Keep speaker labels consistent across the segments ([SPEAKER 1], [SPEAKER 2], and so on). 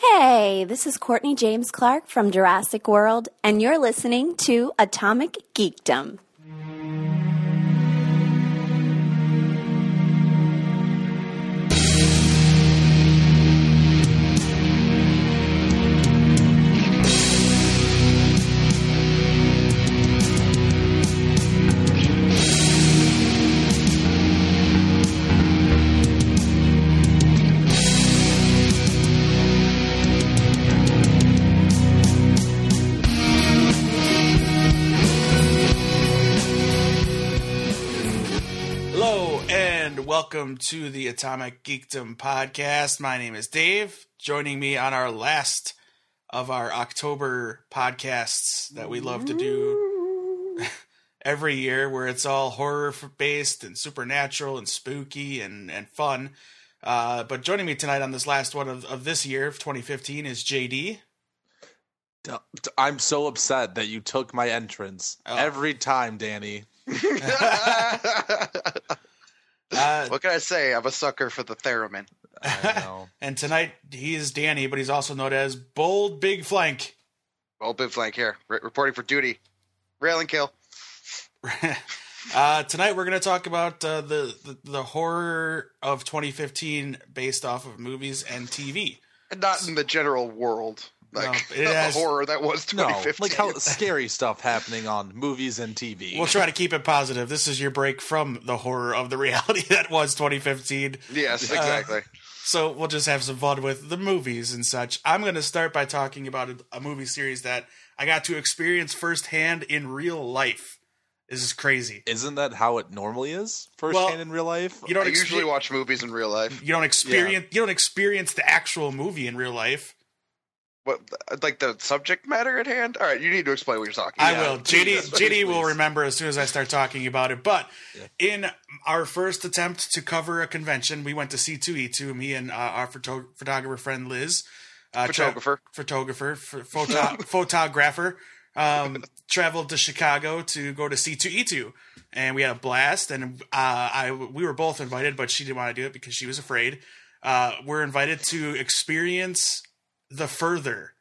[SPEAKER 1] Hi, this is Courtney James Clark from Jurassic World, and you're listening to Atomic Geekdom.
[SPEAKER 2] Hello and welcome to the Atomic Geekdom podcast. My name is Dave. Joining me on our last of our October podcasts that we love to do every year, where it's all horror f- based and supernatural and spooky and and fun. Uh, but joining me tonight on this last one of, of this year of 2015 is JD.
[SPEAKER 3] I'm so upset that you took my entrance
[SPEAKER 2] Oh.
[SPEAKER 3] every time, Danny.
[SPEAKER 2] Uh,
[SPEAKER 4] what can I say? I'm a sucker for the theremin.
[SPEAKER 3] I know.
[SPEAKER 2] and tonight he is Danny, but he's also known as Bold Big Flank.
[SPEAKER 4] Well, big flank here, re- reporting for duty. Rail and kill.
[SPEAKER 2] uh, tonight we're going to talk about uh, the, the the horror of 2015 based off of movies and TV.
[SPEAKER 4] And not in the general world. Like
[SPEAKER 2] No, it has-
[SPEAKER 4] the horror that was
[SPEAKER 3] no,
[SPEAKER 4] 2015.
[SPEAKER 3] like how scary stuff happening on movies and TV.
[SPEAKER 2] We'll try to keep it positive. This is your break from the horror of the reality that was 2015.
[SPEAKER 4] yes, exactly.
[SPEAKER 2] So we'll just have some fun with the movies and such. I'm going to start by talking about a, a movie series that I got to experience firsthand in real life. This is crazy.
[SPEAKER 3] Isn't that how it normally is firsthand in real life?
[SPEAKER 2] You
[SPEAKER 4] I
[SPEAKER 2] don't
[SPEAKER 4] usually
[SPEAKER 2] exper-
[SPEAKER 4] watch movies in real life.
[SPEAKER 2] you don't experience you don't experience the actual movie in real life.
[SPEAKER 4] What, uh, like the subject matter at hand? All right, you need to explain what you're talking
[SPEAKER 2] I
[SPEAKER 4] about.
[SPEAKER 2] will. JD,
[SPEAKER 3] please,
[SPEAKER 2] JD will
[SPEAKER 3] please.
[SPEAKER 2] remember as soon as I start talking about it. But in our first attempt to cover a convention, we went to C2E2, me and uh, our photo- photographer friend Liz. Uh, tra-
[SPEAKER 4] Photographer.
[SPEAKER 2] photographer. ph- photo- photographer. Um, traveled to Chicago to go to C2E2. And we had a blast. And uh, I, we were both invited, but she didn't want to do it because she was afraid. Uh, we're invited to experience the further.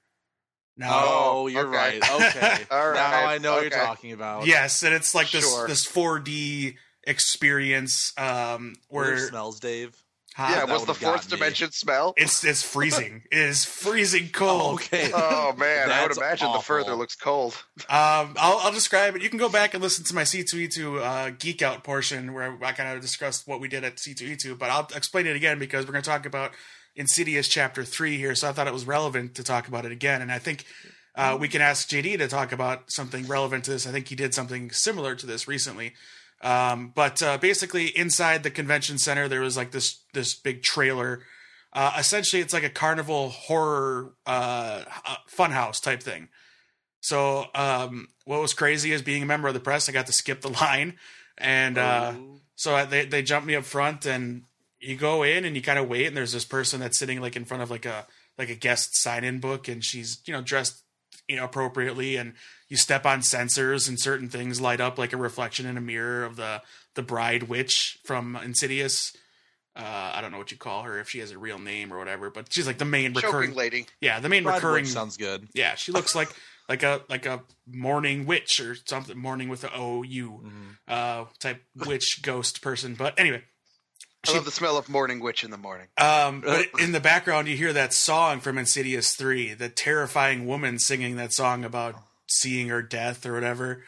[SPEAKER 2] Now,
[SPEAKER 3] Oh, you're
[SPEAKER 4] okay.
[SPEAKER 3] right. Okay.
[SPEAKER 4] All
[SPEAKER 3] Now
[SPEAKER 4] right,
[SPEAKER 3] I know what you're
[SPEAKER 4] okay.
[SPEAKER 3] talking about.
[SPEAKER 2] Yes, and it's like this
[SPEAKER 4] Sure.
[SPEAKER 2] this 4D experience um
[SPEAKER 3] Where
[SPEAKER 2] where
[SPEAKER 3] smells, Dave?
[SPEAKER 2] huh?
[SPEAKER 4] Yeah,
[SPEAKER 3] that
[SPEAKER 4] was the
[SPEAKER 3] would've got
[SPEAKER 4] fourth
[SPEAKER 3] me.
[SPEAKER 4] dimension smell?
[SPEAKER 2] it's it's freezing. it is freezing cold.
[SPEAKER 3] Okay.
[SPEAKER 4] Oh man, I would
[SPEAKER 3] That's
[SPEAKER 4] imagine the further
[SPEAKER 3] awful.
[SPEAKER 4] looks cold.
[SPEAKER 2] Um I'll I'll describe it. You can go back and listen to my C2E2 uh geek out portion where I kind of discussed what we did at C2E2, but I'll explain it again because we're going to talk about Insidious chapter 3 here, so I thought it was relevant to talk about it again and I think uh, we can ask JD to talk about something relevant to this. I think he did something similar to this recently. Um, but uh, basically, inside the convention center, there was like this this big trailer. Uh, essentially, it's like a carnival horror uh, uh, funhouse type thing. So, um, what was crazy is being a member of the press, I got to skip the line, and uh, so I, they they jumped me up front, and you go in and you kind of wait, and there's this person that's sitting like in front of like a like a guest sign in book, and she's you know dressed you know appropriately, and you step on sensors, and certain things light up like a reflection in a mirror of the the bride witch from Insidious. Uh, I don't know what you call her if she has a real name or whatever, but she's like the main recurring.
[SPEAKER 4] Choking lady.
[SPEAKER 2] Yeah, the main
[SPEAKER 3] Brad Wood
[SPEAKER 2] recurring.
[SPEAKER 3] sounds good.
[SPEAKER 2] Yeah, she looks like like a like a morning witch or something, morning with the O U
[SPEAKER 3] Mhm.
[SPEAKER 2] uh, type witch ghost person. But anyway,
[SPEAKER 4] I
[SPEAKER 2] She-
[SPEAKER 4] love the smell of morning witch in the morning.
[SPEAKER 2] um, but in the background you hear that song from Insidious Three, the terrifying woman singing that song about seeing her death or whatever.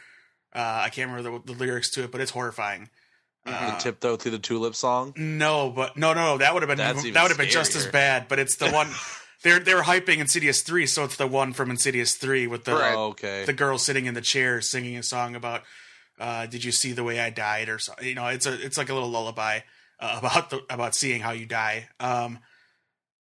[SPEAKER 2] Uh, I can't remember the, the lyrics to it, but it's horrifying. Uh,
[SPEAKER 3] the tiptoe through the tulip song.
[SPEAKER 2] No, but no, no, no. That would have been
[SPEAKER 3] That's even
[SPEAKER 2] that would have been just as
[SPEAKER 3] scarier.
[SPEAKER 2] bad. But it's the one they're they're hyping Insidious Three, so it's the one from Insidious Three with the
[SPEAKER 4] Right.
[SPEAKER 3] Oh, okay.
[SPEAKER 2] the girl sitting in the chair singing a song about uh, "Did you see the way I died?" or something. You know, it's a it's like a little lullaby uh, about the about seeing how you die. Um,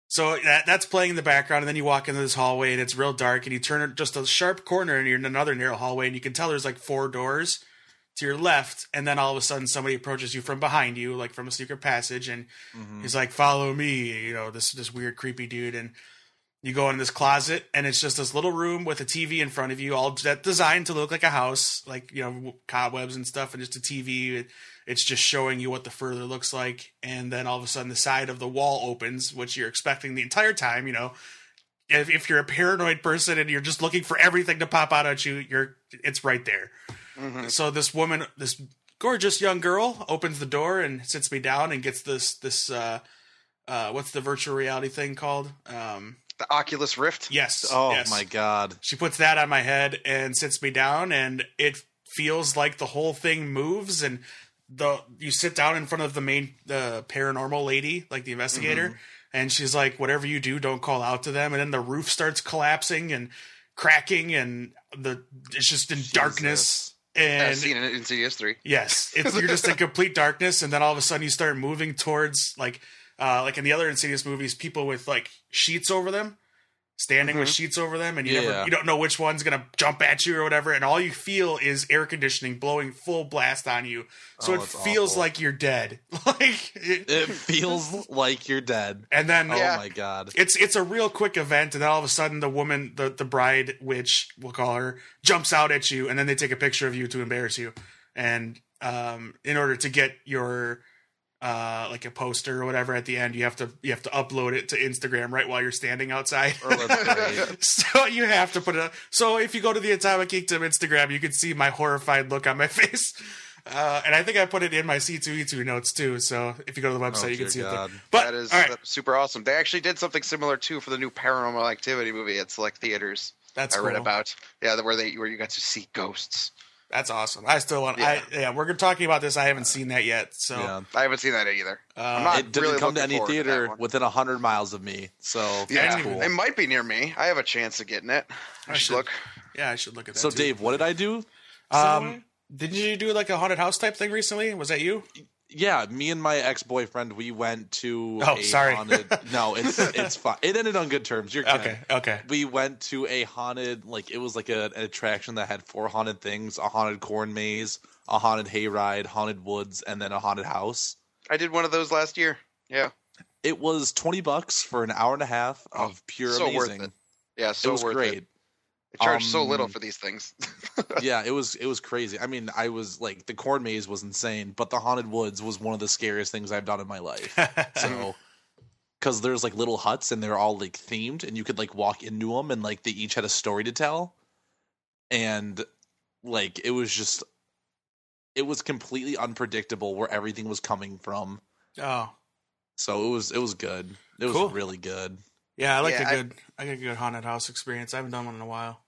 [SPEAKER 2] so that that's playing in the background, and then you walk into this hallway, and it's real dark, and you turn just a sharp corner, and you're in another narrow hallway, and you can tell there's like four doors to your left, and then all of a sudden somebody approaches you from behind you, like from a secret passage, and
[SPEAKER 3] Mhm.
[SPEAKER 2] he's like, "Follow me," you know, this this weird, creepy dude, and you go in this closet, and it's just this little room with a TV in front of you, all that designed to look like a house, like you know, cobwebs and stuff, and just a TV. It, it's just showing you what the further looks like, and then all of a sudden, the side of the wall opens, which you're expecting the entire time, you know. if, if you're a paranoid person and you're just looking for everything to pop out at you, you're it's right there.
[SPEAKER 4] Mhm.
[SPEAKER 2] So this woman, this gorgeous young girl, opens the door and sits me down and gets this this uh, uh, what's the virtual reality thing called? Um,
[SPEAKER 4] The Oculus Rift.
[SPEAKER 2] yes.
[SPEAKER 3] Oh
[SPEAKER 2] yes.
[SPEAKER 3] my god.
[SPEAKER 2] She puts that on my head and sits me down, and it feels like the whole thing moves. And the you sit down in front of the main the paranormal lady, like the investigator,
[SPEAKER 3] Mm-hmm.
[SPEAKER 2] and she's like, "Whatever you do, don't call out to them." And then the roof starts collapsing and cracking, and the it's just in darkness.
[SPEAKER 4] I've
[SPEAKER 2] And
[SPEAKER 4] seen it in Insidious Three.
[SPEAKER 2] Yes, it's, you're just in complete darkness, and then all of a sudden you start moving towards like, uh, like in the other Insidious movies, people with like sheets over them, standing with sheets over them, and you never
[SPEAKER 3] Mm-hmm. Yeah.
[SPEAKER 2] you don't know which one's gonna jump at you or whatever, and all you feel is air conditioning blowing full blast on you, so
[SPEAKER 3] Oh,
[SPEAKER 2] it
[SPEAKER 3] it's
[SPEAKER 2] feels
[SPEAKER 3] awful.
[SPEAKER 2] like you're dead, like, it-
[SPEAKER 3] It feels like you're dead.
[SPEAKER 2] and then
[SPEAKER 3] Oh
[SPEAKER 4] Yeah.
[SPEAKER 3] my god.
[SPEAKER 2] it's it's a real quick event, and then all of a sudden the woman, the the bride, which we'll call her, jumps out at you, and then they take a picture of you to embarrass you, and um, in order to get your uh like a poster or whatever at the end, you have to you have to upload it to Instagram right while you're standing outside.
[SPEAKER 4] Oh.
[SPEAKER 3] Or let's say-
[SPEAKER 2] So you have to put it. Up. So if you go to the Atomic Kingdom Instagram, you can see my horrified look on my face, uh, and I think I put it in my C two E two notes too. So if you go to the website,
[SPEAKER 3] Oh,
[SPEAKER 2] you can
[SPEAKER 3] dear
[SPEAKER 2] see it.
[SPEAKER 3] God.
[SPEAKER 2] There. But
[SPEAKER 4] that is
[SPEAKER 2] all right,
[SPEAKER 4] that's super awesome. They actually did something similar too for the new Paranormal Activity movie at select theaters.
[SPEAKER 2] that's
[SPEAKER 4] I read
[SPEAKER 2] cool.
[SPEAKER 4] about yeah, the- where they where you got to see ghosts.
[SPEAKER 2] That's awesome. I still want.
[SPEAKER 4] Yeah.
[SPEAKER 2] I, yeah, we're gonna talking about this. I haven't seen that yet. So
[SPEAKER 3] yeah.
[SPEAKER 4] I haven't seen that either.
[SPEAKER 2] uh,
[SPEAKER 4] not- I'm
[SPEAKER 3] Um, It didn't
[SPEAKER 4] really
[SPEAKER 3] come to
[SPEAKER 4] looking
[SPEAKER 3] any
[SPEAKER 4] forward to that
[SPEAKER 3] theater
[SPEAKER 4] one.
[SPEAKER 3] within a hundred miles of me. So
[SPEAKER 4] Yeah,
[SPEAKER 3] that's cool.
[SPEAKER 4] it might be near me. I have a chance of getting it. I,
[SPEAKER 2] I
[SPEAKER 4] should
[SPEAKER 2] should-
[SPEAKER 4] look.
[SPEAKER 2] yeah, I should look at that.
[SPEAKER 3] So
[SPEAKER 2] too.
[SPEAKER 3] Dave, what did I do?
[SPEAKER 2] um, did you do like a haunted house type thing recently? Was that you?
[SPEAKER 3] Yeah, me and my ex boyfriend, we went to.
[SPEAKER 2] Oh,
[SPEAKER 3] a
[SPEAKER 2] sorry.
[SPEAKER 3] Haunted, no, it's it's fine. It ended on good terms. You're kidding.
[SPEAKER 2] Okay, okay.
[SPEAKER 3] We went to a haunted, like it was like a, an attraction that had four haunted things: a haunted corn maze, a haunted hayride, haunted woods, and then a haunted house.
[SPEAKER 4] I did one of those last year. Yeah,
[SPEAKER 3] It was twenty bucks for an hour and a half
[SPEAKER 4] Oh,
[SPEAKER 3] of pure
[SPEAKER 4] so worth
[SPEAKER 3] amazing.
[SPEAKER 4] it. yeah, so
[SPEAKER 3] it was
[SPEAKER 4] worth
[SPEAKER 3] great.
[SPEAKER 4] it. They charge so
[SPEAKER 3] Um,
[SPEAKER 4] little for these things.
[SPEAKER 3] yeah, it was it was crazy. I mean, I was like the corn maze was insane, but the haunted woods was one of the scariest things I've done in my life. So cuz there's like little huts and they're all like themed and you could like walk into them and like they each had a story to tell. And like it was just it was completely unpredictable where everything was coming from.
[SPEAKER 2] oh,
[SPEAKER 3] So it was it was good. It was
[SPEAKER 2] Cool.
[SPEAKER 3] really good.
[SPEAKER 2] yeah. I like
[SPEAKER 4] Yeah,
[SPEAKER 2] a
[SPEAKER 4] I-
[SPEAKER 2] good. I, like a good haunted house experience. I haven't done one in a while.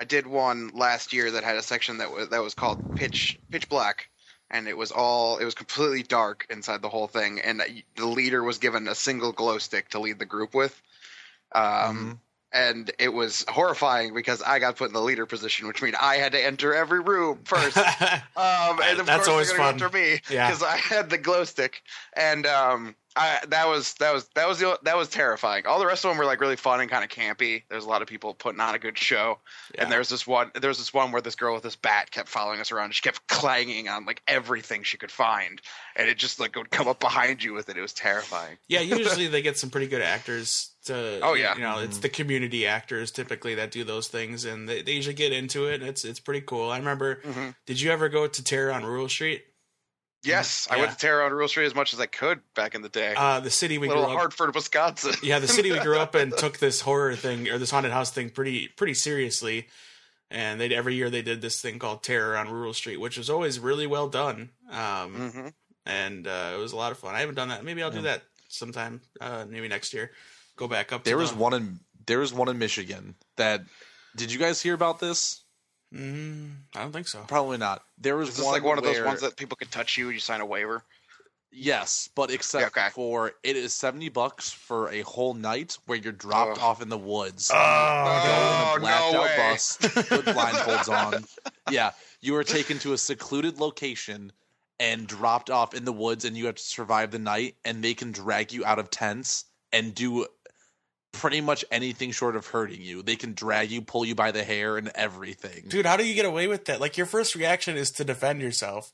[SPEAKER 4] I did one last year that had a section that was that was called pitch pitch black, and it was all it was completely dark inside the whole thing, and the leader was given a single glow stick to lead the group with. Um,
[SPEAKER 3] Mm-hmm.
[SPEAKER 4] And it was horrifying because I got put in the leader position, which means I had to enter every room first. um, and of
[SPEAKER 2] That's
[SPEAKER 4] course,
[SPEAKER 2] always
[SPEAKER 4] they're
[SPEAKER 2] fun.
[SPEAKER 4] gonna go after me
[SPEAKER 2] Yeah.
[SPEAKER 4] because I had the glow stick, and um, I that was that was that was the, that was terrifying. All the rest of them were like really fun and kind of campy. There's a lot of people putting on a good show,
[SPEAKER 2] Yeah.
[SPEAKER 4] and there's this one there's this one where this girl with this bat kept following us around. She kept clanging on like everything she could find, and it just like would come up behind you with it. It was terrifying.
[SPEAKER 2] yeah, usually they get some pretty good actors to.
[SPEAKER 4] Oh, yeah.
[SPEAKER 2] you know it's the community actors typically that do those things, and they, they usually get into it. And it's it's pretty cool. I remember.
[SPEAKER 4] Mhm.
[SPEAKER 2] Did you ever go to Terror on Rural Street?
[SPEAKER 4] Yes, I went
[SPEAKER 2] Mm-hmm. Yeah.
[SPEAKER 4] to Terror on Rural Street as much as I could back in the day.
[SPEAKER 2] Uh, the city we
[SPEAKER 4] Little
[SPEAKER 2] grew up.
[SPEAKER 4] Hartford, Wisconsin.
[SPEAKER 2] yeah, the city we grew up in took this horror thing or this haunted house thing pretty pretty seriously, and they every year they did this thing called Terror on Rural Street, which was always really well done, um,
[SPEAKER 4] hmm
[SPEAKER 2] and uh, it was a lot of fun. I haven't done that. Maybe I'll do
[SPEAKER 3] Mm. Yeah.
[SPEAKER 2] that sometime. Uh, maybe next year, go back up.
[SPEAKER 3] There
[SPEAKER 2] to
[SPEAKER 3] was
[SPEAKER 2] the-
[SPEAKER 3] one in there was one in Michigan that did you guys hear about this?
[SPEAKER 2] Mm, I don't think so.
[SPEAKER 3] Probably not. There was
[SPEAKER 4] Is this
[SPEAKER 3] one
[SPEAKER 4] like one of those
[SPEAKER 3] where-
[SPEAKER 4] ones that people could touch you and you sign a waiver?
[SPEAKER 3] Yes, but except
[SPEAKER 4] okay.
[SPEAKER 3] for it is seventy bucks for a whole night where you're dropped
[SPEAKER 4] Ugh.
[SPEAKER 3] off in the woods.
[SPEAKER 2] Oh,
[SPEAKER 3] Going in
[SPEAKER 4] Oh,
[SPEAKER 3] a blacked
[SPEAKER 4] no
[SPEAKER 3] out
[SPEAKER 4] way.
[SPEAKER 3] bus with blindfolds on. Yeah, you are taken to a secluded location and dropped off in the woods, and you have to survive the night. And they can drag you out of tents and do pretty much anything short of hurting you. They can drag you, pull you by the hair, and everything.
[SPEAKER 2] dude, how do you get away with that? Like your first reaction is to defend yourself.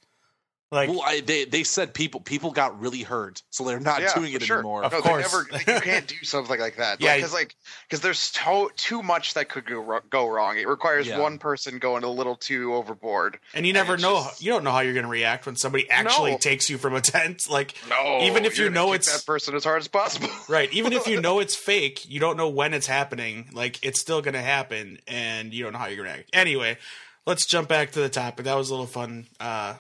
[SPEAKER 2] Like,
[SPEAKER 3] well, I, they they said people people got really hurt, so they're not
[SPEAKER 4] Yeah,
[SPEAKER 3] doing
[SPEAKER 4] for
[SPEAKER 3] it
[SPEAKER 4] sure.
[SPEAKER 3] anymore.
[SPEAKER 2] Of
[SPEAKER 4] no,
[SPEAKER 2] course.
[SPEAKER 4] they never. like, you can't do something like that.
[SPEAKER 2] Yeah,
[SPEAKER 4] Yeah, because like because there's so too much that could go, wro- go wrong. It requires
[SPEAKER 3] Yeah.
[SPEAKER 4] one person going a little too overboard.
[SPEAKER 2] and you never
[SPEAKER 4] it's
[SPEAKER 2] know.
[SPEAKER 4] just-
[SPEAKER 2] you don't know how you're going to react when somebody actually
[SPEAKER 4] No.
[SPEAKER 2] takes you from a tent. Like,
[SPEAKER 4] No,
[SPEAKER 2] Even if
[SPEAKER 4] you're
[SPEAKER 2] you
[SPEAKER 4] gonna
[SPEAKER 2] know
[SPEAKER 4] kick
[SPEAKER 2] it's-
[SPEAKER 4] that person as hard as possible.
[SPEAKER 2] Right. Even if you know it's fake, you don't know when it's happening. Like it's still going to happen, and you don't know how you're going to act. Anyway, let's jump back to the topic. That was a little fun uh,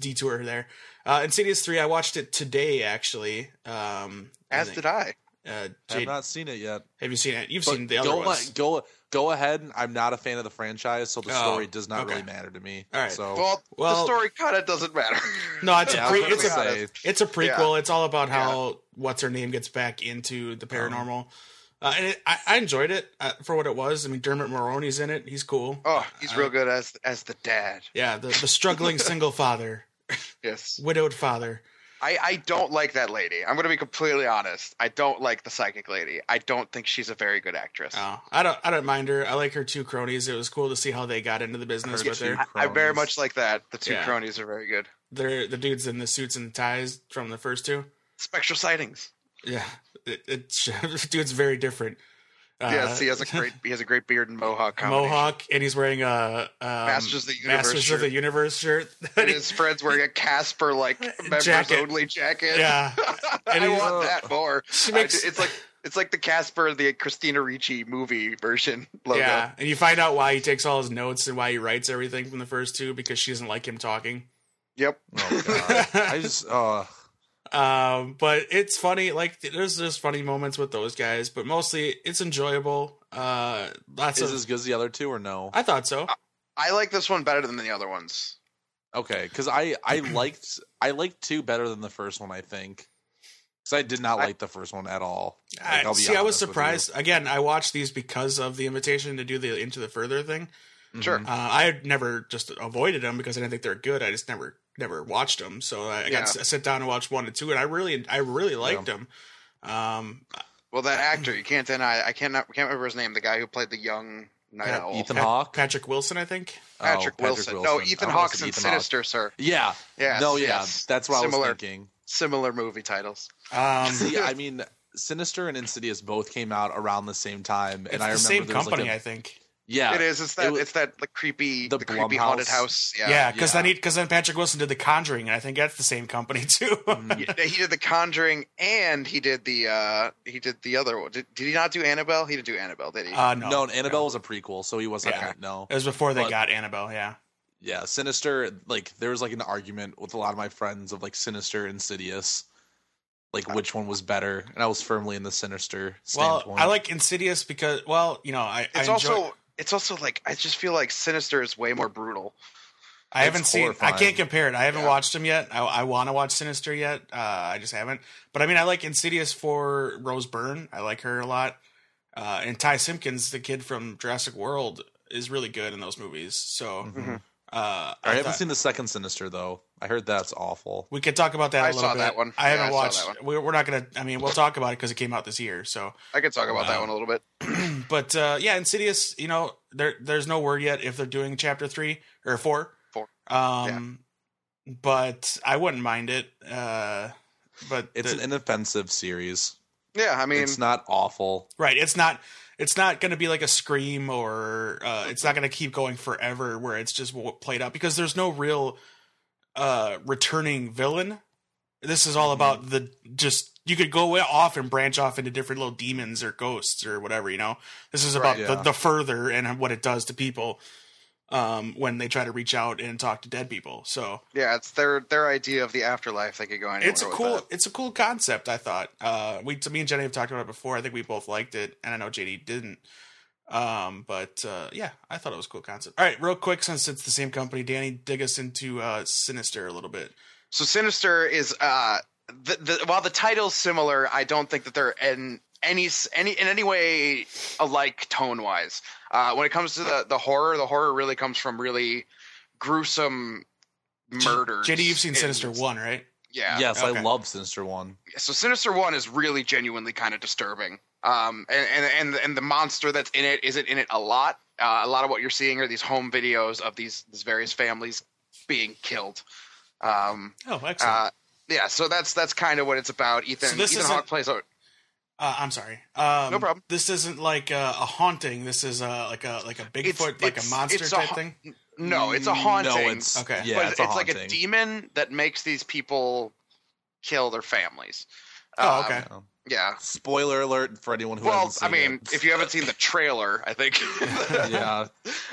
[SPEAKER 2] detour there. Uh, Insidious three. I watched it today, actually. Um,
[SPEAKER 4] As did I.
[SPEAKER 2] Uh,
[SPEAKER 3] I've
[SPEAKER 2] Jade,
[SPEAKER 3] not seen it yet.
[SPEAKER 2] have you seen it? You've
[SPEAKER 3] But
[SPEAKER 2] seen the other
[SPEAKER 3] go,
[SPEAKER 2] ones.
[SPEAKER 3] go go ahead. and I'm not a fan of the franchise, so the
[SPEAKER 2] Oh,
[SPEAKER 3] story does not
[SPEAKER 2] okay.
[SPEAKER 3] really matter to me.
[SPEAKER 2] All right.
[SPEAKER 3] So
[SPEAKER 4] Well,
[SPEAKER 2] Well-
[SPEAKER 4] the story kind of doesn't matter.
[SPEAKER 2] No, it's a
[SPEAKER 3] yeah, I
[SPEAKER 2] pre-
[SPEAKER 3] was gonna
[SPEAKER 2] it's a
[SPEAKER 3] say,
[SPEAKER 2] It's a prequel. It's all about how what's her name gets back into
[SPEAKER 3] Oh.
[SPEAKER 2] the paranormal. Uh, and it, I, I enjoyed it uh, for what it was. I mean, Dermot Mulroney's in it. He's cool.
[SPEAKER 4] oh, he's
[SPEAKER 2] Uh,
[SPEAKER 4] real good as as the dad.
[SPEAKER 2] Yeah, the, the struggling single father,
[SPEAKER 4] Yes,
[SPEAKER 2] widowed father.
[SPEAKER 4] I I don't like that lady. I'm gonna be completely honest. I don't like the psychic lady. I don't think she's a very good actress.
[SPEAKER 2] Oh, I don't, I don't mind her. I like her two cronies. It was cool to see how they got into the business
[SPEAKER 3] Her
[SPEAKER 2] with
[SPEAKER 3] two
[SPEAKER 2] her.
[SPEAKER 4] I, I very
[SPEAKER 3] cronies.
[SPEAKER 4] much like that. The two
[SPEAKER 2] Yeah.
[SPEAKER 4] cronies are very good.
[SPEAKER 2] They're the dudes in the suits and ties from the first two.
[SPEAKER 4] Spectral sightings.
[SPEAKER 2] Yeah, it, it dude's very different. Uh,
[SPEAKER 4] yes, he has a great he has a great beard and mohawk. Combination.
[SPEAKER 2] mohawk, and he's wearing a um,
[SPEAKER 4] Masters of the Universe
[SPEAKER 2] Masters of
[SPEAKER 4] shirt.
[SPEAKER 2] the Universe shirt.
[SPEAKER 4] And his friend's wearing a Casper like members
[SPEAKER 2] Jacket.
[SPEAKER 4] only jacket.
[SPEAKER 2] yeah, And
[SPEAKER 4] I
[SPEAKER 2] he's-
[SPEAKER 4] want that more.
[SPEAKER 2] She
[SPEAKER 4] I
[SPEAKER 2] makes-
[SPEAKER 4] d- it's like it's like the Casper, the Christina Ricci movie version logo.
[SPEAKER 2] yeah, and you find out why he takes all his notes and why he writes everything from the first two because she doesn't like him talking.
[SPEAKER 4] Yep.
[SPEAKER 3] oh, God. I just uh,
[SPEAKER 2] um but it's funny like there's just funny moments with those guys but mostly it's enjoyable uh lots
[SPEAKER 3] is
[SPEAKER 2] of
[SPEAKER 3] it as good as the other two or no?
[SPEAKER 2] i thought so
[SPEAKER 4] I like this one better than the other ones.
[SPEAKER 3] Okay, because I I liked I liked two better than the first one. I think because I did not
[SPEAKER 4] I-
[SPEAKER 3] like the first one at all.
[SPEAKER 2] I,
[SPEAKER 3] Like, I'll be
[SPEAKER 2] see i was
[SPEAKER 3] honest with you.
[SPEAKER 2] surprised again i watched these because of the invitation to do the into the further thing
[SPEAKER 4] Sure.
[SPEAKER 3] Mhm.
[SPEAKER 2] uh i had never just avoided them because i didn't think they're good i just never never watched them so i, I got
[SPEAKER 4] Yeah.
[SPEAKER 2] s- I sit down and watched one and two and i really i really liked them um
[SPEAKER 4] Well, that actor you can't deny. I cannot can't remember his name. The guy who played the young night
[SPEAKER 2] Pat-
[SPEAKER 4] owl.
[SPEAKER 3] Ethan
[SPEAKER 2] Pat-
[SPEAKER 3] Hawke,
[SPEAKER 2] patrick wilson i think
[SPEAKER 3] Oh,
[SPEAKER 4] Patrick, Wilson. No, Ethan
[SPEAKER 3] I almost
[SPEAKER 4] Hawke's
[SPEAKER 3] said
[SPEAKER 4] in
[SPEAKER 3] Ethan Hawke.
[SPEAKER 4] Sinister, sir.
[SPEAKER 3] Yeah.
[SPEAKER 4] Yes,
[SPEAKER 3] no. Yeah.
[SPEAKER 4] yes.
[SPEAKER 3] That's what I
[SPEAKER 4] Similar.
[SPEAKER 3] was thinking.
[SPEAKER 4] Similar movie titles.
[SPEAKER 2] um
[SPEAKER 3] See, I mean, Sinister and Insidious both came out around the same time,
[SPEAKER 2] it's
[SPEAKER 3] and
[SPEAKER 2] the
[SPEAKER 3] I remember
[SPEAKER 2] same
[SPEAKER 3] there was
[SPEAKER 2] company
[SPEAKER 3] Like
[SPEAKER 2] I
[SPEAKER 3] a,
[SPEAKER 2] think
[SPEAKER 3] yeah,
[SPEAKER 4] it is. It's that.
[SPEAKER 3] was-
[SPEAKER 4] it's that like creepy.
[SPEAKER 3] The
[SPEAKER 4] The, creepy
[SPEAKER 3] Blumhouse.
[SPEAKER 4] haunted house. Yeah.
[SPEAKER 2] Yeah, because
[SPEAKER 3] yeah.
[SPEAKER 2] then because then Patrick Wilson did The Conjuring, and I think that's the same company too.
[SPEAKER 3] Mhm.
[SPEAKER 4] Yeah, he did The Conjuring, and he did the uh he did the other one. Did, did he not do Annabelle? He didn't do Annabelle, did he?
[SPEAKER 2] uh, no,
[SPEAKER 3] no, and Annabelle was a prequel, so he wasn't
[SPEAKER 2] Yeah.
[SPEAKER 3] in it, no.
[SPEAKER 2] It was before they
[SPEAKER 3] But-
[SPEAKER 2] got Annabelle. Yeah,
[SPEAKER 3] Yeah, Sinister. Like there was like an argument with a lot of my friends of like Sinister, Insidious, like which one was better, and I was firmly in the Sinister
[SPEAKER 2] well,
[SPEAKER 3] standpoint.
[SPEAKER 2] I like Insidious because well, you know, I I,
[SPEAKER 4] it's
[SPEAKER 2] enjoy,
[SPEAKER 4] also it's also like I just feel like Sinister is way more brutal.
[SPEAKER 2] I haven't
[SPEAKER 3] it's
[SPEAKER 2] seen. I
[SPEAKER 3] horrifying.
[SPEAKER 2] can't compare it. I haven't
[SPEAKER 4] Yeah.
[SPEAKER 2] watched them yet. I, I want to watch Sinister yet. Uh, I just haven't. But I mean, I like Insidious for Rose Byrne. I like her a lot. Uh, and Ty Simpkins, the kid from Jurassic World, is really good in those movies. So
[SPEAKER 3] Mhm.
[SPEAKER 2] uh, I,
[SPEAKER 3] I haven't
[SPEAKER 2] thought-
[SPEAKER 3] seen the second Sinister though. I heard that's awful.
[SPEAKER 2] We could talk about that. a
[SPEAKER 4] I
[SPEAKER 2] little
[SPEAKER 4] saw
[SPEAKER 2] bit.
[SPEAKER 4] that one.
[SPEAKER 2] I
[SPEAKER 4] Yeah,
[SPEAKER 2] haven't
[SPEAKER 4] I saw
[SPEAKER 2] watched.
[SPEAKER 4] that
[SPEAKER 2] We're, we're not gonna. I mean, we'll talk about it because it came out this year. So,
[SPEAKER 4] I could talk about
[SPEAKER 2] Wow.
[SPEAKER 4] that one a little bit.
[SPEAKER 2] but uh, yeah, Insidious. You know, there there's no word yet if they're doing chapter three or four.
[SPEAKER 4] Four.
[SPEAKER 2] Um, but I wouldn't mind it. Uh, but
[SPEAKER 3] It's
[SPEAKER 2] the-
[SPEAKER 3] an inoffensive series.
[SPEAKER 4] Yeah, I mean,
[SPEAKER 3] it's not awful.
[SPEAKER 2] right. It's not. It's not going to be like a scream or uh, it's not going to keep going forever where it's just w- played out because there's no real uh, returning villain. This is all about the just you could go off and branch off into different little demons or ghosts or whatever, you know. This is about
[SPEAKER 3] Right,
[SPEAKER 2] the,
[SPEAKER 3] yeah.
[SPEAKER 2] the further and what it does to people um, when they try to reach out and talk to dead people. So
[SPEAKER 4] yeah, it's their their idea of the afterlife. They could go anywhere.
[SPEAKER 2] it's a
[SPEAKER 4] with
[SPEAKER 2] cool
[SPEAKER 4] that.
[SPEAKER 2] it's a cool concept i thought uh we me and jenny have talked about it before i think we both liked it and i know jd didn't um but uh yeah i thought it was a cool concept all right real quick since it's the same company danny dig us into uh sinister a little bit
[SPEAKER 4] So Sinister is uh the, the while the title's similar, I don't think that they're in any s- any in any way alike tone wise. Uh, when it comes to the the horror, the horror really comes from really gruesome murders.
[SPEAKER 2] jd you've seen
[SPEAKER 4] and-
[SPEAKER 2] sinister one right
[SPEAKER 4] yeah.
[SPEAKER 3] yes,
[SPEAKER 2] okay.
[SPEAKER 3] I love Sinister One.
[SPEAKER 4] So Sinister One is really genuinely kind of disturbing. Um, and and and and the monster that's in it isn't in it a lot. Uh, a lot of what you're seeing are these home videos of these these various families being killed. Um,
[SPEAKER 2] Oh, excellent.
[SPEAKER 4] uh, yeah, so that's that's kind of what it's about. Ethan
[SPEAKER 2] So this
[SPEAKER 4] Ethan
[SPEAKER 2] isn't-
[SPEAKER 4] Hawke plays a
[SPEAKER 2] Uh, I'm sorry. Um,
[SPEAKER 4] No problem.
[SPEAKER 2] This isn't like a, a haunting. This is a, like a like a
[SPEAKER 4] It's-
[SPEAKER 2] Bigfoot, like a
[SPEAKER 4] it's-
[SPEAKER 2] monster
[SPEAKER 4] it's a
[SPEAKER 2] type
[SPEAKER 4] ha- uh,
[SPEAKER 2] thing.
[SPEAKER 4] no, it's a
[SPEAKER 3] Mm,
[SPEAKER 4] haunting.
[SPEAKER 3] No, it's
[SPEAKER 2] Okay.
[SPEAKER 3] okay. Yeah,
[SPEAKER 4] but
[SPEAKER 3] it's,
[SPEAKER 4] it's,
[SPEAKER 3] a
[SPEAKER 4] like
[SPEAKER 3] haunting.
[SPEAKER 4] a demon that makes these people kill their families.
[SPEAKER 2] Oh,
[SPEAKER 4] Um,
[SPEAKER 2] okay.
[SPEAKER 3] Um,
[SPEAKER 4] yeah.
[SPEAKER 3] Spoiler alert for anyone who
[SPEAKER 4] Well,
[SPEAKER 3] hasn't
[SPEAKER 4] I
[SPEAKER 3] seen
[SPEAKER 4] mean,
[SPEAKER 2] uh,
[SPEAKER 3] it.
[SPEAKER 4] if you haven't seen the trailer, I think,
[SPEAKER 3] yeah,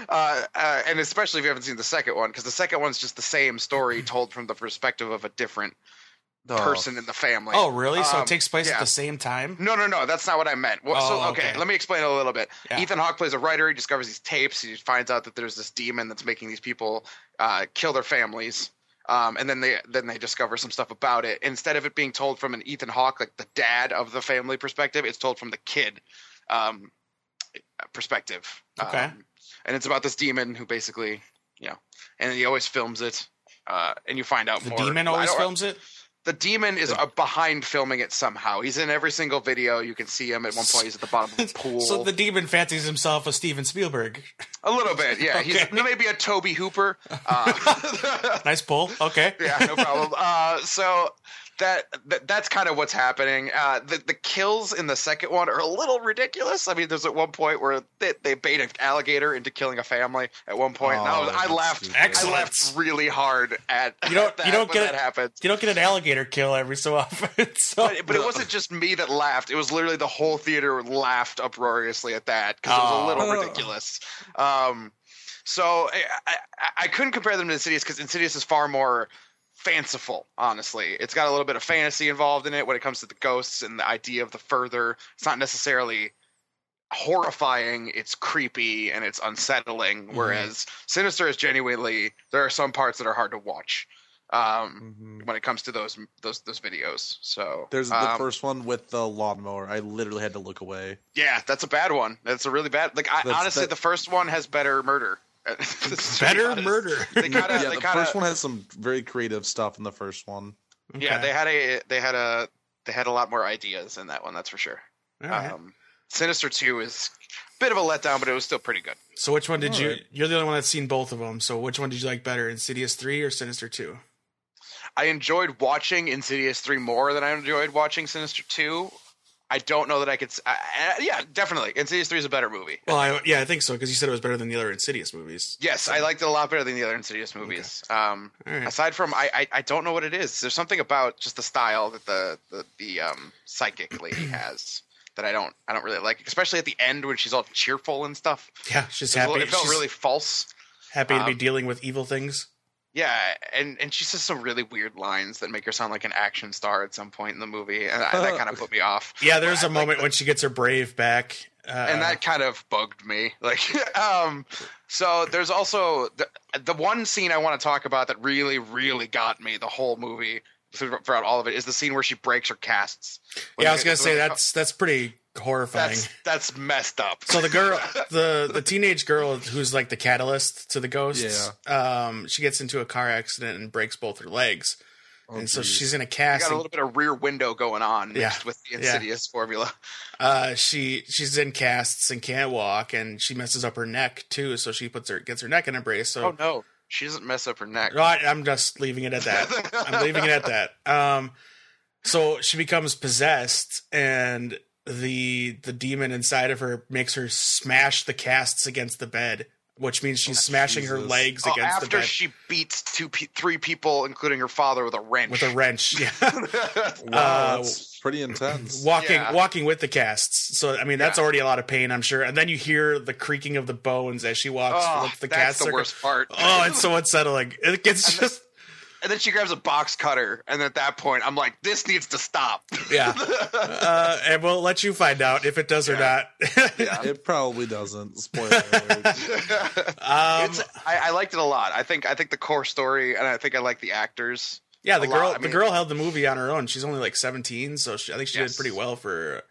[SPEAKER 4] uh, uh, and especially if you haven't seen the second one, because the second one's just the same story told from the perspective of a different
[SPEAKER 3] Oh.
[SPEAKER 4] person in the family.
[SPEAKER 2] Oh, really? so
[SPEAKER 4] Um,
[SPEAKER 2] it takes place
[SPEAKER 4] yeah.
[SPEAKER 2] at the same time?
[SPEAKER 4] No, no, no. That's not what I meant. Well, so
[SPEAKER 2] Oh,
[SPEAKER 4] okay,
[SPEAKER 2] okay.
[SPEAKER 4] let me explain a little bit.
[SPEAKER 2] Yeah.
[SPEAKER 4] Ethan Hawke plays a writer. He discovers these tapes. He finds out that there's this demon that's making these people uh, kill their families. Um, and then they then they discover some stuff about it. Instead of it being told from an Ethan Hawke, like the dad of the family perspective, it's told from the kid um, perspective.
[SPEAKER 2] Okay.
[SPEAKER 4] Um, and it's about this demon who basically, you know, and he always films it. Uh, and you find out
[SPEAKER 2] The
[SPEAKER 4] more.
[SPEAKER 2] demon
[SPEAKER 4] I
[SPEAKER 2] always
[SPEAKER 4] don't-
[SPEAKER 2] films it.
[SPEAKER 4] the demon is uh, behind filming it somehow. He's in every single video. You can see him at one point. He's at the bottom of the pool.
[SPEAKER 2] So the demon fancies himself a Steven Spielberg.
[SPEAKER 4] a little bit, yeah. He's
[SPEAKER 2] Okay.
[SPEAKER 4] maybe a Toby Hooper. Uh,
[SPEAKER 2] Nice pull. Okay.
[SPEAKER 4] yeah, no problem. Uh, so that, that that's kind of what's happening. Uh, the the kills in the second one are a little ridiculous. I mean, there's at one point where they, they bait an alligator into killing a family. At one point, and I, was-
[SPEAKER 3] Oh,
[SPEAKER 4] I
[SPEAKER 3] that's
[SPEAKER 4] laughed.
[SPEAKER 3] stupid.
[SPEAKER 4] I laughed
[SPEAKER 2] Excellent.
[SPEAKER 4] really hard at
[SPEAKER 2] You don't-
[SPEAKER 4] at that
[SPEAKER 2] you don't
[SPEAKER 4] when
[SPEAKER 2] get
[SPEAKER 4] that
[SPEAKER 2] it.
[SPEAKER 4] happens.
[SPEAKER 2] You don't get an alligator kill every so often. So
[SPEAKER 4] But, but it wasn't just me that laughed. It was literally the whole theater laughed uproariously at that because
[SPEAKER 2] Oh.
[SPEAKER 4] it was a little ridiculous. Um, so I, I, I couldn't compare them to Insidious because Insidious is far more fanciful. Honestly, it's got a little bit of fantasy involved in it when it comes to the ghosts and the idea of the further. It's not necessarily horrifying. It's creepy and it's unsettling.
[SPEAKER 2] Mm-hmm.
[SPEAKER 4] Whereas Sinister is genuinely there are some parts that are hard to watch. Um, when it comes to those those those videos. So
[SPEAKER 3] Mm-hmm. There's the
[SPEAKER 4] um,
[SPEAKER 3] first one with the lawnmower. I literally had to look away.
[SPEAKER 4] Yeah, that's a bad one. That's a really bad. Like I,
[SPEAKER 3] That's-
[SPEAKER 4] honestly,
[SPEAKER 3] that-
[SPEAKER 4] the first one has better murder. To be
[SPEAKER 2] better
[SPEAKER 4] honest.
[SPEAKER 2] murder.
[SPEAKER 4] They got
[SPEAKER 3] yeah,
[SPEAKER 4] they
[SPEAKER 3] the
[SPEAKER 4] kinda-
[SPEAKER 3] first one has some very creative stuff in the first one.
[SPEAKER 4] Yeah,
[SPEAKER 2] Okay.
[SPEAKER 4] they had a they had a they had a lot more ideas in that one. That's for sure.
[SPEAKER 2] All right.
[SPEAKER 4] Um, Sinister Two is a bit of a letdown, but it was still pretty good.
[SPEAKER 2] so which one did
[SPEAKER 3] all
[SPEAKER 2] you?
[SPEAKER 3] right.
[SPEAKER 2] You're the only one that's seen both of them. So which one did you like better, Insidious three or Sinister two?
[SPEAKER 4] I enjoyed watching Insidious three more than I enjoyed watching Sinister Two. I don't know that I could. s- I- I- yeah, definitely. Insidious three is a better movie.
[SPEAKER 2] Well, I, yeah, I think so because you said it was better than the other Insidious movies.
[SPEAKER 4] Yes, I liked it a lot better than the other Insidious movies. Um,
[SPEAKER 2] All right.
[SPEAKER 4] Aside from, I, I I don't know what it is. There's something about just the style that the the, the um, psychic lady has that I don't I don't really like, especially at the end when she's all cheerful and stuff.
[SPEAKER 2] Yeah, she's
[SPEAKER 4] It was a
[SPEAKER 2] happy.
[SPEAKER 4] little- it felt
[SPEAKER 2] she's
[SPEAKER 4] really false.
[SPEAKER 2] happy to be
[SPEAKER 4] um,
[SPEAKER 2] dealing with evil things.
[SPEAKER 4] Yeah, and and she says some really weird lines that make her sound like an action star at some point in the movie, and I,
[SPEAKER 2] Uh,
[SPEAKER 4] that kind of put me off.
[SPEAKER 2] Yeah, there's
[SPEAKER 4] I
[SPEAKER 2] a
[SPEAKER 4] like
[SPEAKER 2] moment
[SPEAKER 4] the-
[SPEAKER 2] when she gets her brave back. Uh,
[SPEAKER 4] and that kind of bugged me like um so there's also the, the one scene i want to talk about that really really got me the whole movie through- throughout all of it is the scene where she breaks her casts When
[SPEAKER 2] yeah, I
[SPEAKER 4] they-
[SPEAKER 2] was gonna say
[SPEAKER 4] when they-
[SPEAKER 2] that's that's pretty horrifying.
[SPEAKER 4] that's that's messed up
[SPEAKER 2] So the girl, the the teenage girl who's like the catalyst to the ghosts, um, she gets into a car accident and breaks both her legs,
[SPEAKER 3] Oh,
[SPEAKER 2] and so
[SPEAKER 3] geez.
[SPEAKER 2] she's in a
[SPEAKER 4] you
[SPEAKER 2] cast.
[SPEAKER 4] got a little bit of rear window going on
[SPEAKER 2] Yeah.
[SPEAKER 4] mixed with the insidious formula
[SPEAKER 2] Uh, she she's in casts and can't walk, and she messes up her neck too. So she puts her gets her neck in a brace. So
[SPEAKER 4] oh no she doesn't mess up her neck
[SPEAKER 2] No, I, I'm just leaving it at that. I'm leaving it at that. Um, so she becomes possessed, and the the demon inside of her makes her smash the casts against the bed, which means she's smashing her
[SPEAKER 3] Jesus.
[SPEAKER 2] legs
[SPEAKER 4] Oh,
[SPEAKER 2] against the
[SPEAKER 4] after
[SPEAKER 2] bed
[SPEAKER 4] she beats two pe- three people including her father with a wrench
[SPEAKER 2] with a wrench. Yeah.
[SPEAKER 3] Wow,
[SPEAKER 2] Uh,
[SPEAKER 3] that's pretty intense.
[SPEAKER 2] walking
[SPEAKER 4] Yeah.
[SPEAKER 2] walking with the casts. So I mean, that's
[SPEAKER 4] Yeah.
[SPEAKER 2] already a lot of pain, I'm sure. And then you hear the creaking of the bones as she walks.
[SPEAKER 4] oh,
[SPEAKER 2] with the
[SPEAKER 4] that's
[SPEAKER 2] casts
[SPEAKER 4] the
[SPEAKER 2] circle.
[SPEAKER 4] worst part
[SPEAKER 2] Oh, it's so unsettling. It gets just
[SPEAKER 4] And then she grabs a box cutter, and at that point, I'm like, "This needs to stop."
[SPEAKER 2] yeah. Uh, and we'll let you find out if it does or not.
[SPEAKER 3] It probably doesn't. Spoiler alert.
[SPEAKER 2] Um,
[SPEAKER 4] It's, I, I liked it a lot. I think I think the core story, and I think I like the actors.
[SPEAKER 2] yeah, the
[SPEAKER 4] a
[SPEAKER 2] girl
[SPEAKER 4] lot, I
[SPEAKER 2] the
[SPEAKER 4] mean-
[SPEAKER 2] girl held the movie on her own. She's only like 17, so she, I think she
[SPEAKER 4] Yes.
[SPEAKER 2] did pretty well for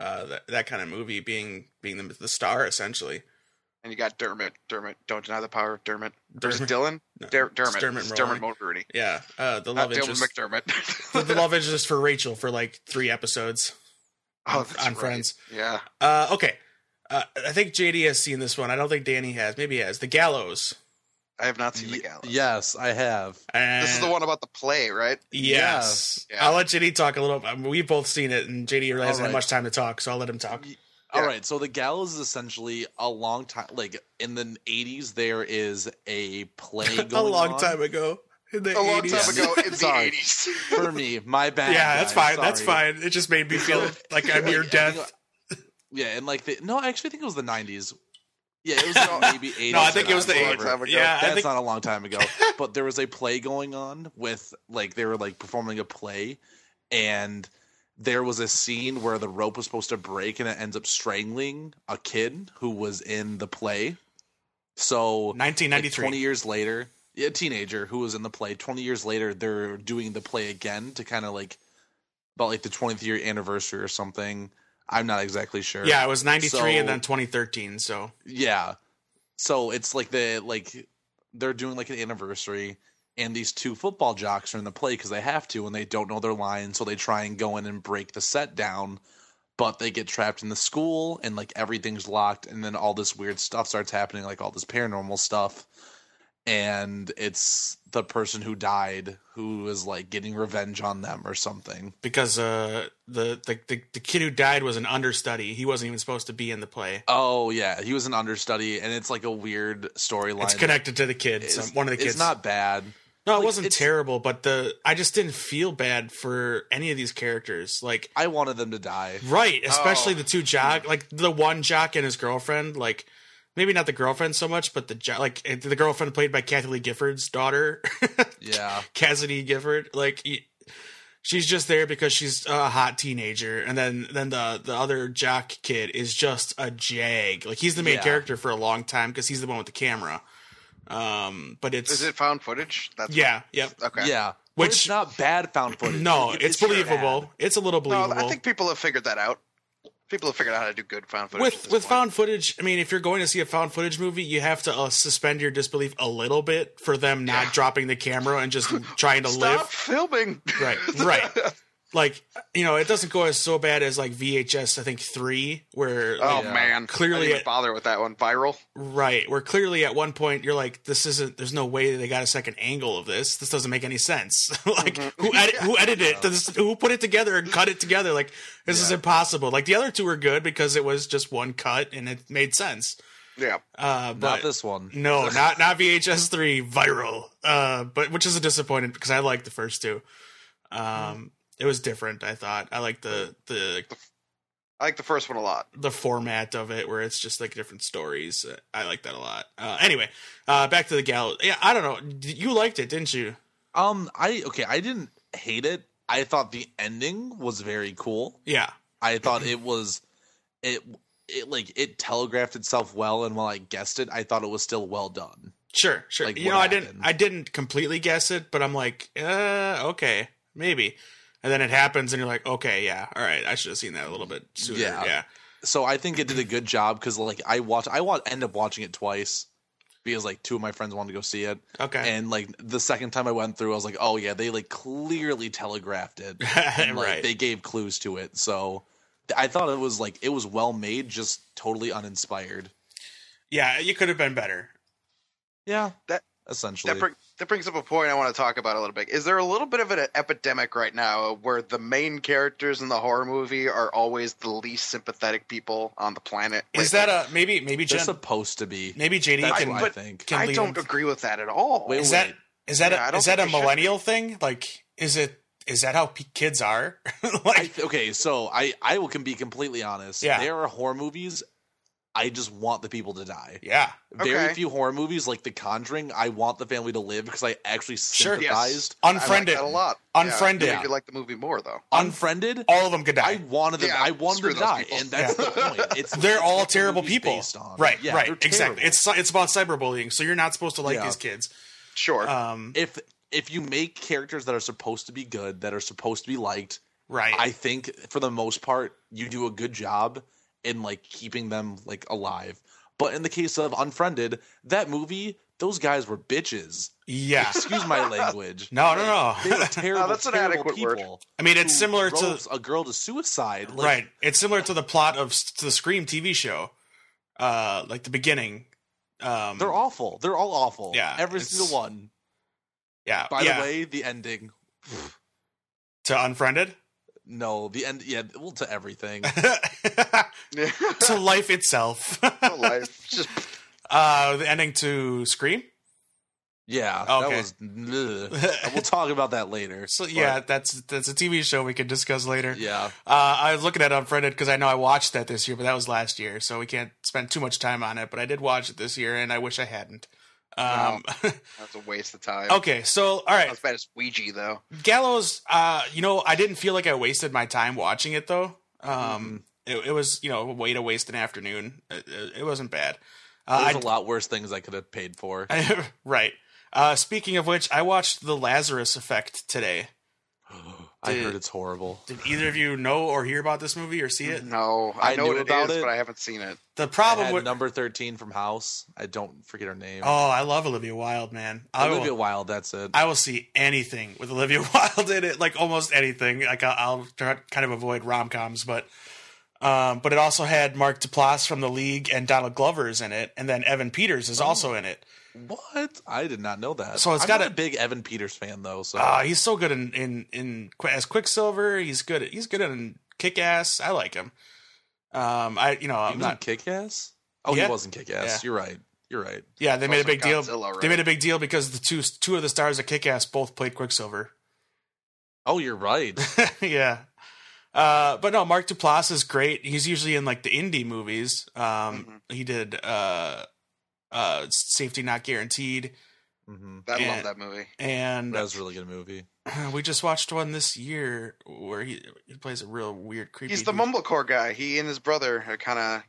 [SPEAKER 2] uh, that, that kind of movie, being being the, the star essentially.
[SPEAKER 4] And you got Dermot. Dermot, don't deny the power of Dermot. There's
[SPEAKER 2] Dermot.
[SPEAKER 4] Dylan.
[SPEAKER 2] No,
[SPEAKER 4] Der-
[SPEAKER 2] it's
[SPEAKER 4] Dermot.
[SPEAKER 2] Dermot
[SPEAKER 4] It's Dermot
[SPEAKER 2] Mulroney.
[SPEAKER 4] Mulroney.
[SPEAKER 2] Yeah, uh, the
[SPEAKER 4] Not
[SPEAKER 2] love
[SPEAKER 4] Dylan
[SPEAKER 2] interest. the,
[SPEAKER 4] McDermott.
[SPEAKER 2] the love interest for Rachel for like three episodes
[SPEAKER 4] oh, that's
[SPEAKER 2] on
[SPEAKER 4] right.
[SPEAKER 2] Friends.
[SPEAKER 4] Yeah.
[SPEAKER 2] Uh, okay, uh, I think JD has seen this one. I don't think Danny has. Maybe he has. The Gallows.
[SPEAKER 4] I have not seen
[SPEAKER 3] Y-
[SPEAKER 4] the gallows.
[SPEAKER 3] yes, I have.
[SPEAKER 4] This is the one about the play, right?
[SPEAKER 2] Yes.
[SPEAKER 4] Yeah.
[SPEAKER 2] I'll let JD talk a little. I mean, we've both seen it, and JD really hasn't
[SPEAKER 3] Alright.
[SPEAKER 2] had much time to talk, so I'll let him talk.
[SPEAKER 3] All
[SPEAKER 4] Yeah.
[SPEAKER 3] right, so the gallows is essentially a long time. Like in the '80s, there is a play going
[SPEAKER 2] a long
[SPEAKER 3] on.
[SPEAKER 2] time ago. In the
[SPEAKER 4] A long
[SPEAKER 2] 80s.
[SPEAKER 4] time ago in the
[SPEAKER 3] Sorry.
[SPEAKER 4] eighties.
[SPEAKER 3] for me. My bad.
[SPEAKER 2] Yeah, that's
[SPEAKER 3] guys,
[SPEAKER 2] fine. That's
[SPEAKER 3] sorry.
[SPEAKER 2] fine. It just made me feel like I'm
[SPEAKER 3] Like,
[SPEAKER 2] near
[SPEAKER 3] I
[SPEAKER 2] death.
[SPEAKER 3] think- Yeah, and like the no, I actually think it was the '90s. Yeah, it was like maybe '80s.
[SPEAKER 2] No, I think
[SPEAKER 3] or
[SPEAKER 2] it was the
[SPEAKER 4] Long
[SPEAKER 2] 80s.
[SPEAKER 3] whatever.
[SPEAKER 4] time ago.
[SPEAKER 2] Yeah, I
[SPEAKER 3] That's
[SPEAKER 2] think
[SPEAKER 3] not a long time ago, but there was a play going on with like they were like performing a play, and there was a scene where the rope was supposed to break and it ends up strangling a kid who was in the play. So like,
[SPEAKER 2] 1993.
[SPEAKER 3] 20 years later, a teenager who was in the play, 20 years later, they're doing the play again to kind of like about like the 20th year anniversary or something. I'm not exactly sure.
[SPEAKER 2] Yeah, it was 93 and
[SPEAKER 3] So-
[SPEAKER 2] then 2013. So
[SPEAKER 3] Yeah. So it's like the like they're doing like an anniversary and these two football jocks are in the play because they have to and they don't know their line, so they try and go in and break the set down, but they get trapped in the school and like everything's locked and then all this weird stuff starts happening, like all this paranormal stuff. And it's the person who died who is like getting revenge on them or something.
[SPEAKER 2] because uh, the, the the the kid who died was an understudy. He wasn't even supposed to be in the play.
[SPEAKER 3] Oh yeah, he was an understudy, and it's like a weird storyline.
[SPEAKER 2] It's connected to the kid.
[SPEAKER 3] It's-
[SPEAKER 2] some one of the kids.
[SPEAKER 3] It's not bad.
[SPEAKER 2] no, it
[SPEAKER 3] like,
[SPEAKER 2] wasn't
[SPEAKER 3] it's-
[SPEAKER 2] terrible, but the I just didn't feel bad for any of these characters. Like
[SPEAKER 3] I wanted them to die.
[SPEAKER 2] Right, especially
[SPEAKER 4] Oh.
[SPEAKER 2] the two jock, like the one jock and his girlfriend, like maybe not the girlfriend so much, but the jo- like eh, the girlfriend played by Kathleen Lee Gifford's daughter,
[SPEAKER 3] Yeah.
[SPEAKER 2] Cassidy Gifford. Like he- she's just there because she's a hot teenager, and then then the the other jock kid is just a jag. Like he's the main
[SPEAKER 3] Yeah.
[SPEAKER 2] character for a long time because he's the one with the camera. Um, but it's
[SPEAKER 4] Is it found footage? That's
[SPEAKER 2] yeah, yep.
[SPEAKER 4] okay.
[SPEAKER 3] Yeah.
[SPEAKER 2] Which-
[SPEAKER 3] Which it's not bad found footage.
[SPEAKER 2] No,
[SPEAKER 3] It-
[SPEAKER 2] it's, believable.
[SPEAKER 3] bad.
[SPEAKER 2] It's a little
[SPEAKER 4] No,
[SPEAKER 2] believable.
[SPEAKER 4] I think people have figured that out. People have figured out how to do good found footage. at
[SPEAKER 2] with
[SPEAKER 4] this
[SPEAKER 2] with
[SPEAKER 4] point.
[SPEAKER 2] found footage i mean if you're going to see a found footage movie you have to uh, suspend your disbelief a little bit for them not
[SPEAKER 4] Yeah.
[SPEAKER 2] dropping the camera and just trying to
[SPEAKER 4] Stop
[SPEAKER 2] live
[SPEAKER 4] filming.
[SPEAKER 2] right right like you know it doesn't go as so bad as like vhs i think 3 where
[SPEAKER 4] Oh
[SPEAKER 2] like,
[SPEAKER 3] Yeah.
[SPEAKER 4] man,
[SPEAKER 2] Clearly
[SPEAKER 4] I didn't even
[SPEAKER 2] it-
[SPEAKER 4] bother with that one. Viral.
[SPEAKER 2] right where clearly at one point you're like this isn't there's no way that they got a second angle of this this doesn't make any sense like who edit, who edited it Does- who put it together and cut it together like this is
[SPEAKER 3] Yeah.
[SPEAKER 2] impossible like the other two were good because it was just one cut and it made sense
[SPEAKER 4] Yeah.
[SPEAKER 2] uh but
[SPEAKER 3] Not this one.
[SPEAKER 2] No, not not VHS three viral. Uh, but which is a disappointment because I liked the first two. Um, it was different. I thought I liked the the
[SPEAKER 4] I like the first one a lot.
[SPEAKER 2] the format of it where it's just like different stories. Uh, I like that a lot. Uh, anyway, uh, back to the gallows. Yeah, I don't know. D- You liked it, didn't you?
[SPEAKER 3] Um I okay, I didn't hate it. I thought the ending was very cool.
[SPEAKER 2] Yeah,
[SPEAKER 3] I thought it was it it like it telegraphed itself well and while I guessed it, I thought it was still well done.
[SPEAKER 2] sure, sure.
[SPEAKER 3] Like,
[SPEAKER 2] you
[SPEAKER 3] what
[SPEAKER 2] know, I didn't
[SPEAKER 3] happened?
[SPEAKER 2] I didn't completely guess it, but I'm like, uh, okay, maybe. And then it happens, and you're like, okay, yeah, all right. I should have seen that a little bit sooner.
[SPEAKER 3] Yeah.
[SPEAKER 2] yeah.
[SPEAKER 3] So I think it did a good job cuz like I watch I wa end up watching it twice because like two of my friends wanted to go see it
[SPEAKER 2] okay.
[SPEAKER 3] and like the second time I went through I was like, "Oh yeah, they like clearly telegraphed it." and like
[SPEAKER 2] right.
[SPEAKER 3] they gave clues to it. So th- I thought it was like it was well made, just totally uninspired.
[SPEAKER 2] Yeah, you could have been better.
[SPEAKER 3] Yeah,
[SPEAKER 4] That-
[SPEAKER 3] essentially.
[SPEAKER 4] That, bring, that brings up a point I want to talk about a little bit. Is there a little bit of an epidemic right now where the main characters in the horror movie are always the least sympathetic people on the planet?
[SPEAKER 2] Is
[SPEAKER 4] lately?
[SPEAKER 2] that a maybe? Maybe
[SPEAKER 3] They're
[SPEAKER 2] Jen,
[SPEAKER 3] supposed to be.
[SPEAKER 2] maybe JD
[SPEAKER 3] That's
[SPEAKER 2] can.
[SPEAKER 3] what I
[SPEAKER 4] but-
[SPEAKER 3] think.
[SPEAKER 2] can
[SPEAKER 4] I
[SPEAKER 2] lead
[SPEAKER 4] don't
[SPEAKER 2] him.
[SPEAKER 4] agree with that at all.
[SPEAKER 3] Wait,
[SPEAKER 2] Is that is that
[SPEAKER 4] Yeah, I
[SPEAKER 2] a,
[SPEAKER 4] don't
[SPEAKER 2] is that a
[SPEAKER 4] think they should
[SPEAKER 2] millennial thing? Like, is it is that how p- kids are?
[SPEAKER 3] I,
[SPEAKER 2] like,
[SPEAKER 3] okay, so I I will can be completely honest.
[SPEAKER 2] Yeah.
[SPEAKER 3] There are horror movies. I just want the people to die.
[SPEAKER 2] yeah,
[SPEAKER 3] Very
[SPEAKER 4] Okay.
[SPEAKER 3] few horror movies like The Conjuring. I want the family to live because I actually
[SPEAKER 2] Sure. Oh,
[SPEAKER 4] Yes.
[SPEAKER 3] sympathized.
[SPEAKER 4] I
[SPEAKER 2] unfriend
[SPEAKER 4] like
[SPEAKER 2] it.
[SPEAKER 4] that a lot.
[SPEAKER 2] Unfriend
[SPEAKER 4] yeah,
[SPEAKER 2] it.
[SPEAKER 4] I could like the movie more though.
[SPEAKER 3] Unfriended.
[SPEAKER 2] All of them could
[SPEAKER 3] I
[SPEAKER 2] die.
[SPEAKER 3] wanted them.
[SPEAKER 4] Yeah,
[SPEAKER 3] I wanted
[SPEAKER 4] screw
[SPEAKER 3] them to
[SPEAKER 4] those
[SPEAKER 3] die,
[SPEAKER 4] people.
[SPEAKER 3] and that's the point. It's
[SPEAKER 2] they're
[SPEAKER 3] that's
[SPEAKER 2] all
[SPEAKER 3] what the
[SPEAKER 2] terrible
[SPEAKER 3] movie's
[SPEAKER 2] people.
[SPEAKER 3] based on.
[SPEAKER 2] Right,
[SPEAKER 3] Yeah,
[SPEAKER 2] right,
[SPEAKER 3] they're
[SPEAKER 2] exactly.
[SPEAKER 3] terrible.
[SPEAKER 2] It's ci- it's about cyberbullying, so you're not supposed to like
[SPEAKER 3] Yeah.
[SPEAKER 2] these kids.
[SPEAKER 4] Sure.
[SPEAKER 2] Um,
[SPEAKER 3] if if you make characters that are supposed to be good that are supposed to be liked
[SPEAKER 2] right.
[SPEAKER 3] i think for the most part you do a good job in like keeping them like alive but in the case of unfriended that movie those guys were bitches
[SPEAKER 2] yeah.
[SPEAKER 3] excuse my language
[SPEAKER 2] No, no,
[SPEAKER 3] they
[SPEAKER 2] no.
[SPEAKER 3] were terrible,
[SPEAKER 4] that's an
[SPEAKER 3] terrible
[SPEAKER 4] adequate
[SPEAKER 3] people
[SPEAKER 4] word.
[SPEAKER 2] I mean, it's
[SPEAKER 3] who
[SPEAKER 2] similar to
[SPEAKER 3] drove a girl to suicide like,
[SPEAKER 2] right. It's similar to the plot of s- to the Scream TV show, uh, like the beginning. Um,
[SPEAKER 3] They're awful. They're all awful.
[SPEAKER 2] Yeah,
[SPEAKER 3] every
[SPEAKER 2] it's-
[SPEAKER 3] single one.
[SPEAKER 2] yeah.
[SPEAKER 3] By
[SPEAKER 2] yeah.
[SPEAKER 3] the way, the ending.
[SPEAKER 2] to unfriended,
[SPEAKER 3] No, the end. Yeah, well, to everything.
[SPEAKER 2] to
[SPEAKER 4] Yeah.
[SPEAKER 2] life itself.
[SPEAKER 4] Life. Just
[SPEAKER 2] uh, the ending to Scream.
[SPEAKER 3] Yeah,
[SPEAKER 2] Okay.
[SPEAKER 3] that was. bleh. we'll talk about that later.
[SPEAKER 2] So
[SPEAKER 3] but-
[SPEAKER 2] yeah, that's that's a TV show we can discuss later.
[SPEAKER 3] yeah.
[SPEAKER 2] Uh, I was looking at Unfriended because I know I watched that this year, but that was last year, so we can't spend too much time on it. But I did watch it this year, and I wish I hadn't. Um,
[SPEAKER 4] that's a waste of time.
[SPEAKER 2] okay, so all right,
[SPEAKER 4] Not as bad as Ouija though.
[SPEAKER 2] Gallows. Uh, you know, I didn't feel like I wasted my time watching it though.
[SPEAKER 3] Mm-hmm.
[SPEAKER 2] Um, it, it was you know a way to waste an afternoon. It, it- it wasn't bad. Uh,
[SPEAKER 3] There's a
[SPEAKER 2] I-
[SPEAKER 3] lot worse things I could have paid for.
[SPEAKER 2] right. Uh, speaking of which, I watched The Lazarus Effect today.
[SPEAKER 3] I
[SPEAKER 2] Dude.
[SPEAKER 3] heard it's horrible.
[SPEAKER 2] Did either of you know or hear about this movie or see it?
[SPEAKER 4] No, I,
[SPEAKER 3] I
[SPEAKER 4] know
[SPEAKER 3] knew
[SPEAKER 4] what it
[SPEAKER 3] about
[SPEAKER 4] is,
[SPEAKER 3] it.
[SPEAKER 4] but I haven't seen it.
[SPEAKER 2] The
[SPEAKER 3] I
[SPEAKER 2] problem
[SPEAKER 3] had
[SPEAKER 2] with
[SPEAKER 3] number thirteen from House. I don't forget her name.
[SPEAKER 2] oh, I love Olivia Wilde, man. I
[SPEAKER 3] Olivia
[SPEAKER 2] will,
[SPEAKER 3] Wilde. That's it.
[SPEAKER 2] I will see anything with Olivia Wilde in it, like almost anything. Like I'll, I'll try, kind of avoid rom coms, but um, but it also had Mark Duplass from The League and Donald Glover's in it, and then Evan Peters
[SPEAKER 3] Oh.
[SPEAKER 2] is also in it.
[SPEAKER 3] what? I did not know that.
[SPEAKER 2] So it's
[SPEAKER 3] I'm
[SPEAKER 2] got
[SPEAKER 3] not
[SPEAKER 2] a-
[SPEAKER 3] a big Evan Peters fan though. So
[SPEAKER 2] Uh, he's so good in in in Qu- as Quicksilver. He's good. At, he's good in Kick Ass. I like him. Um, I you know
[SPEAKER 3] he
[SPEAKER 2] I'm
[SPEAKER 3] was
[SPEAKER 2] not.
[SPEAKER 3] kick ass. Oh,
[SPEAKER 2] Yeah.
[SPEAKER 3] he wasn't kick ass. You're right. You're right.
[SPEAKER 2] Yeah, they made a
[SPEAKER 4] Also
[SPEAKER 2] big deal.
[SPEAKER 4] Godzilla, right?
[SPEAKER 2] They made a big deal because the two two of the stars of Kick Ass both played Quicksilver.
[SPEAKER 3] Oh, you're right.
[SPEAKER 2] yeah. Uh, but no, Mark Duplass is great. He's usually in like the indie movies. Um,
[SPEAKER 4] Mm-hmm.
[SPEAKER 2] he did uh, uh, Safety Not Guaranteed,
[SPEAKER 3] hmm
[SPEAKER 4] I
[SPEAKER 2] Yeah.
[SPEAKER 4] love that movie.
[SPEAKER 2] and
[SPEAKER 3] That was a really good movie.
[SPEAKER 2] we just watched one this year where he he plays a real weird, creepy.
[SPEAKER 4] He's the
[SPEAKER 2] dude.
[SPEAKER 4] mumblecore guy. He and his brother kind of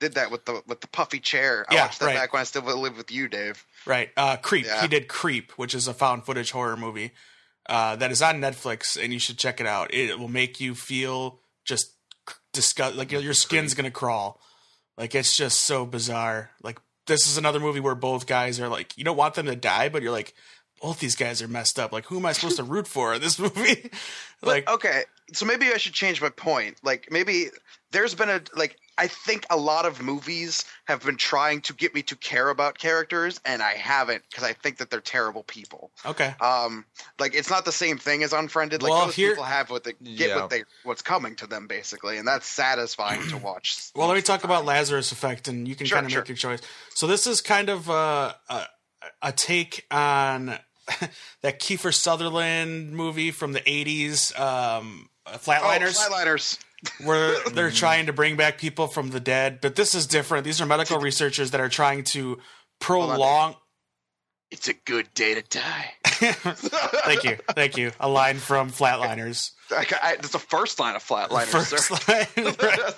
[SPEAKER 4] did that with the with the puffy chair. I
[SPEAKER 2] Yeah,
[SPEAKER 4] watched that
[SPEAKER 2] right.
[SPEAKER 4] back when I still lived with you, Dave.
[SPEAKER 2] Right. Uh, Creep.
[SPEAKER 4] Yeah.
[SPEAKER 2] He did Creep, which is a found footage horror movie uh, that is on Netflix, and you should check it out. It will make you feel just disgust. Like your, your skin's gonna crawl. Like it's just so bizarre. Like this is another movie where both guys are like, you don't want them to die, but you're like, both these guys are messed up. Like who am I supposed to root for in this movie? like
[SPEAKER 4] But, oh, okay, so maybe I should change my point. Like maybe there's been a like I think a lot of movies have been trying to get me to care about characters, and I haven't because I think that they're terrible people.
[SPEAKER 2] okay,
[SPEAKER 4] Um, like it's not the same thing as unfriended. Like
[SPEAKER 2] Well,
[SPEAKER 4] those
[SPEAKER 2] here-
[SPEAKER 4] people have what they get,
[SPEAKER 3] Yeah.
[SPEAKER 4] what they what's coming to them basically, and that's satisfying to watch.
[SPEAKER 2] Well, let me talk about Lazarus Effect, and you can
[SPEAKER 4] Sure,
[SPEAKER 2] kind of
[SPEAKER 4] sure.
[SPEAKER 2] make your choice. So this is kind of uh, a a take on that Kiefer Sutherland movie from the '80s, um, uh, Flatliners,
[SPEAKER 4] Oh, flatliners.
[SPEAKER 2] where they're trying to bring back people from the dead. But this is different. These are medical researchers that are trying to prolong.
[SPEAKER 4] It's a good day to die.
[SPEAKER 2] thank you, thank you. A line from Flatliners.
[SPEAKER 4] I, I, that's the first line of flatliners.
[SPEAKER 2] First
[SPEAKER 4] sir.
[SPEAKER 2] line. right.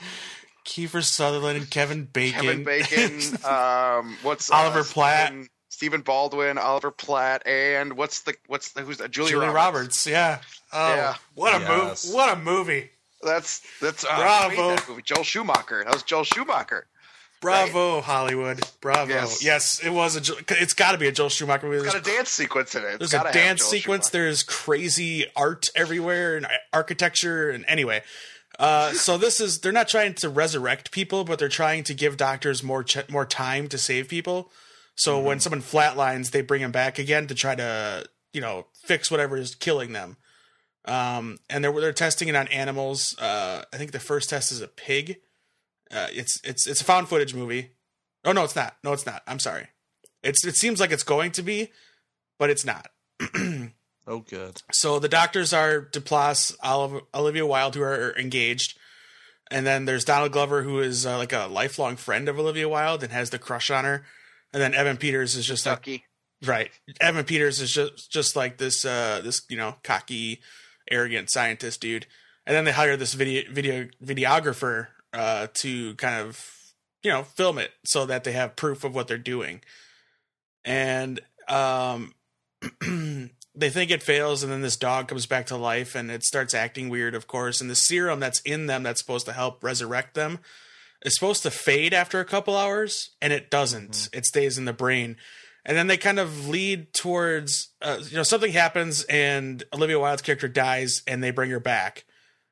[SPEAKER 2] Kiefer Sutherland and Kevin Bacon.
[SPEAKER 4] Kevin Bacon. um, what's uh,
[SPEAKER 2] Oliver Platt.
[SPEAKER 4] Stephen, Stephen Baldwin, Oliver Platt, and what's the what's the who's the, Julia,
[SPEAKER 2] Julie Roberts. Yeah. Oh,
[SPEAKER 4] Yeah.
[SPEAKER 2] What a
[SPEAKER 3] Yes.
[SPEAKER 2] move! What a movie!
[SPEAKER 4] That's that's uh,
[SPEAKER 2] Bravo.
[SPEAKER 4] that movie. Joel Schumacher. That was Joel Schumacher.
[SPEAKER 2] Bravo, Hollywood! Bravo! Yes.
[SPEAKER 4] Yes.
[SPEAKER 2] it was a. Jo- It's got to be a Joel Schumacher movie.
[SPEAKER 4] It's
[SPEAKER 2] There's,
[SPEAKER 4] got a dance sequence in it. It's
[SPEAKER 2] there's
[SPEAKER 4] gotta
[SPEAKER 2] a
[SPEAKER 4] have
[SPEAKER 2] dance
[SPEAKER 4] Joel
[SPEAKER 2] sequence.
[SPEAKER 4] Schumacher.
[SPEAKER 2] There's crazy art everywhere and architecture and anyway. Uh, so this is they're not trying to resurrect people, but they're trying to give doctors more ch- more time to save people. So
[SPEAKER 4] Mm-hmm.
[SPEAKER 2] when someone flatlines, they bring them back again to try to you know fix whatever is killing them. Um, and they're they're testing it on animals. Uh, I think the first test is a pig. Uh, it's it's it's a found footage movie. Oh no, it's not. No, it's not. I'm sorry. It's it seems like it's going to be, but it's not.
[SPEAKER 3] Oh, good.
[SPEAKER 2] So the doctors are Duplass, Olive- Olivia Wilde, who are engaged, and then there's Donald Glover, who is uh, like a lifelong friend of Olivia Wilde and has the crush on her, and then Evan Peters is just like
[SPEAKER 4] Ducky.
[SPEAKER 2] right. Evan Peters is just just like this uh this you know cocky, arrogant scientist dude, and then they hire this video video videographer uh to kind of you know film it so that they have proof of what they're doing, and um. they think it fails and then this dog comes back to life and it starts acting weird of course and the serum that's in them that's supposed to help resurrect them is supposed to fade after a couple hours and it doesn't it stays in the brain and then they kind of lead towards uh, you know something happens and olivia wilde's character dies and they bring her back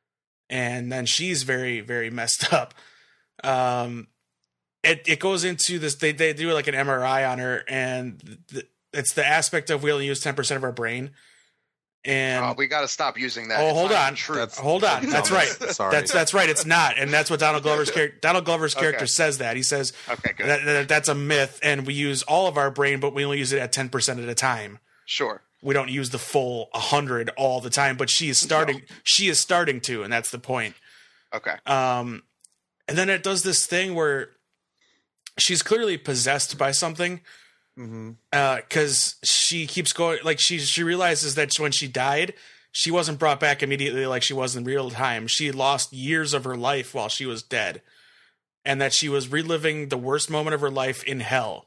[SPEAKER 2] and then she's very very messed up um it, it goes into this. They they do like an MRI on her, and th- it's the aspect of we only use ten percent of our brain. And
[SPEAKER 4] Oh, we got to stop using that.
[SPEAKER 2] Oh,
[SPEAKER 4] It's
[SPEAKER 2] hold
[SPEAKER 4] not
[SPEAKER 2] on.
[SPEAKER 4] even True.
[SPEAKER 3] That's-
[SPEAKER 2] hold on, that's right.
[SPEAKER 3] Sorry.
[SPEAKER 2] That's that's right. It's not, and that's what Donald Glover's character. Donald Glover's character
[SPEAKER 4] Okay.
[SPEAKER 2] says that he says
[SPEAKER 4] okay, good.
[SPEAKER 2] that, that that's a myth, and we use all of our brain, but we only use it at ten percent at a time.
[SPEAKER 4] sure.
[SPEAKER 2] We don't use the full hundred all the time, but she is starting. She is starting to, and that's the point.
[SPEAKER 4] Okay.
[SPEAKER 2] Um, and then it does this thing where she's clearly possessed by something
[SPEAKER 3] hmm
[SPEAKER 2] because she keeps going. Like she she realizes that when she died, she wasn't brought back immediately like she was in real time. She lost years of her life while she was dead, and that she was reliving the worst moment of her life in hell.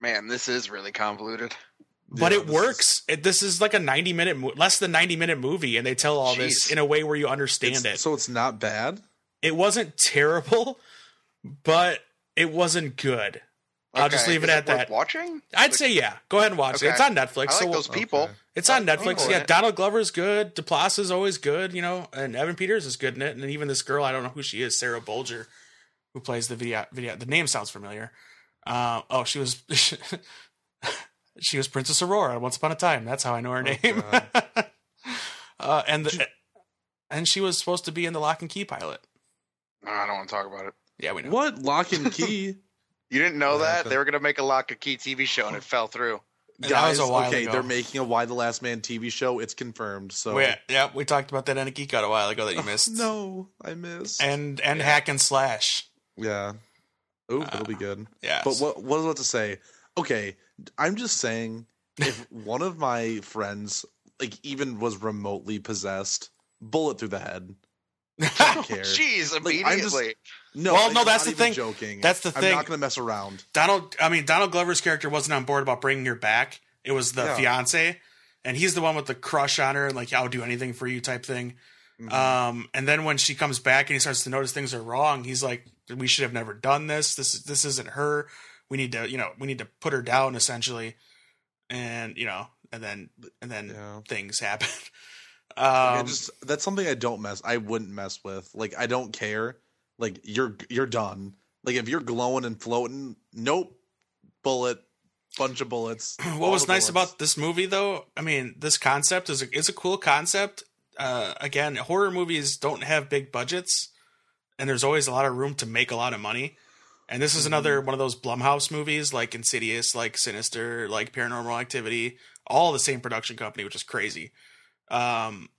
[SPEAKER 4] Man, this is really convoluted.
[SPEAKER 2] But
[SPEAKER 3] Yeah,
[SPEAKER 2] it
[SPEAKER 3] this is-
[SPEAKER 2] works. It, this is like a ninety minute, mo- less than ninety minute movie, and they tell all this
[SPEAKER 4] Jeez.
[SPEAKER 2] in a way where you understand
[SPEAKER 3] it's-
[SPEAKER 2] it.
[SPEAKER 3] So it's not bad.
[SPEAKER 2] it wasn't terrible, but it wasn't good. I'll just
[SPEAKER 4] Okay,
[SPEAKER 2] leave it
[SPEAKER 4] is
[SPEAKER 2] at
[SPEAKER 4] worth
[SPEAKER 2] that.
[SPEAKER 4] Watching.
[SPEAKER 2] I'd say yeah. Go ahead and watch it.
[SPEAKER 4] Okay.
[SPEAKER 2] It's on Netflix.
[SPEAKER 4] I like
[SPEAKER 2] so
[SPEAKER 4] those people.
[SPEAKER 3] Okay.
[SPEAKER 2] it's on
[SPEAKER 4] I like
[SPEAKER 2] Netflix.
[SPEAKER 4] people
[SPEAKER 2] Yeah,
[SPEAKER 4] in it.
[SPEAKER 2] Donald Glover's good. DePlace is always good, you know, and Evan Peters is good in it, and even this girl, I don't know who she is, Sarah Bulger, who plays the video. Video. The name sounds familiar. Uh, oh, she was. She was Princess Aurora once upon a time. That's how I know her
[SPEAKER 3] Oh,
[SPEAKER 2] name. uh, and the, and she was supposed to be in the Lock and Key pilot.
[SPEAKER 4] No, I don't want to talk about it.
[SPEAKER 2] Yeah, we know.
[SPEAKER 3] What lock and key?
[SPEAKER 4] You didn't know
[SPEAKER 3] What
[SPEAKER 4] that
[SPEAKER 3] happened?
[SPEAKER 4] they were gonna make a Lock and Key TV show,
[SPEAKER 2] Oh,
[SPEAKER 4] and it fell through.
[SPEAKER 2] And that was a while
[SPEAKER 3] okay,
[SPEAKER 2] ago.
[SPEAKER 3] they're making a Why the Last Man TV show. It's confirmed. So
[SPEAKER 2] We- yeah, we talked about that in a geek out a while ago that you missed.
[SPEAKER 3] Oh, no, I missed.
[SPEAKER 2] and and hack and slash.
[SPEAKER 3] yeah. Oh,
[SPEAKER 2] Uh,
[SPEAKER 3] it'll be good.
[SPEAKER 2] Yeah,
[SPEAKER 3] But what, what was I about to say? Okay, I'm just saying if one of my friends like even was remotely possessed, bullet through the head. I don't care.
[SPEAKER 4] Jeez,
[SPEAKER 3] Like, I'm just-
[SPEAKER 4] immediately.
[SPEAKER 3] No,
[SPEAKER 2] Oh, Well,
[SPEAKER 3] like,
[SPEAKER 2] no,
[SPEAKER 3] I'm
[SPEAKER 2] that's
[SPEAKER 3] not
[SPEAKER 2] the
[SPEAKER 3] even
[SPEAKER 2] thing.
[SPEAKER 3] Joking.
[SPEAKER 2] That's the
[SPEAKER 3] I'm
[SPEAKER 2] thing.
[SPEAKER 3] not gonna mess around.
[SPEAKER 2] Donald? I mean, Donald Glover's character wasn't on board about bringing her back. It was the
[SPEAKER 3] Yeah.
[SPEAKER 2] fiance, and he's the one with the crush on her and like I'll do anything for you type thing.
[SPEAKER 3] Mm-hmm.
[SPEAKER 2] Um, and then when she comes back and he starts to notice things are wrong, he's like, "We should have never done this. This is this isn't her. We need to, you know, we need to put her down essentially." And you know, and then and then
[SPEAKER 3] Yeah.
[SPEAKER 2] things happen.
[SPEAKER 3] Like, I
[SPEAKER 2] Um,
[SPEAKER 3] just that's something I don't mess. I wouldn't mess with. Like I don't care. Like you're you're done. Like if you're glowing and floating, nope. Bullet, bunch of bullets.
[SPEAKER 2] what was nice about this movie though i mean this concept is a, is a cool concept uh, again horror movies don't have big budgets and there's always a lot of room to make a lot of money and this is
[SPEAKER 3] Mm-hmm.
[SPEAKER 2] another one of those blumhouse movies like insidious like sinister like paranormal activity all the same production company which is crazy um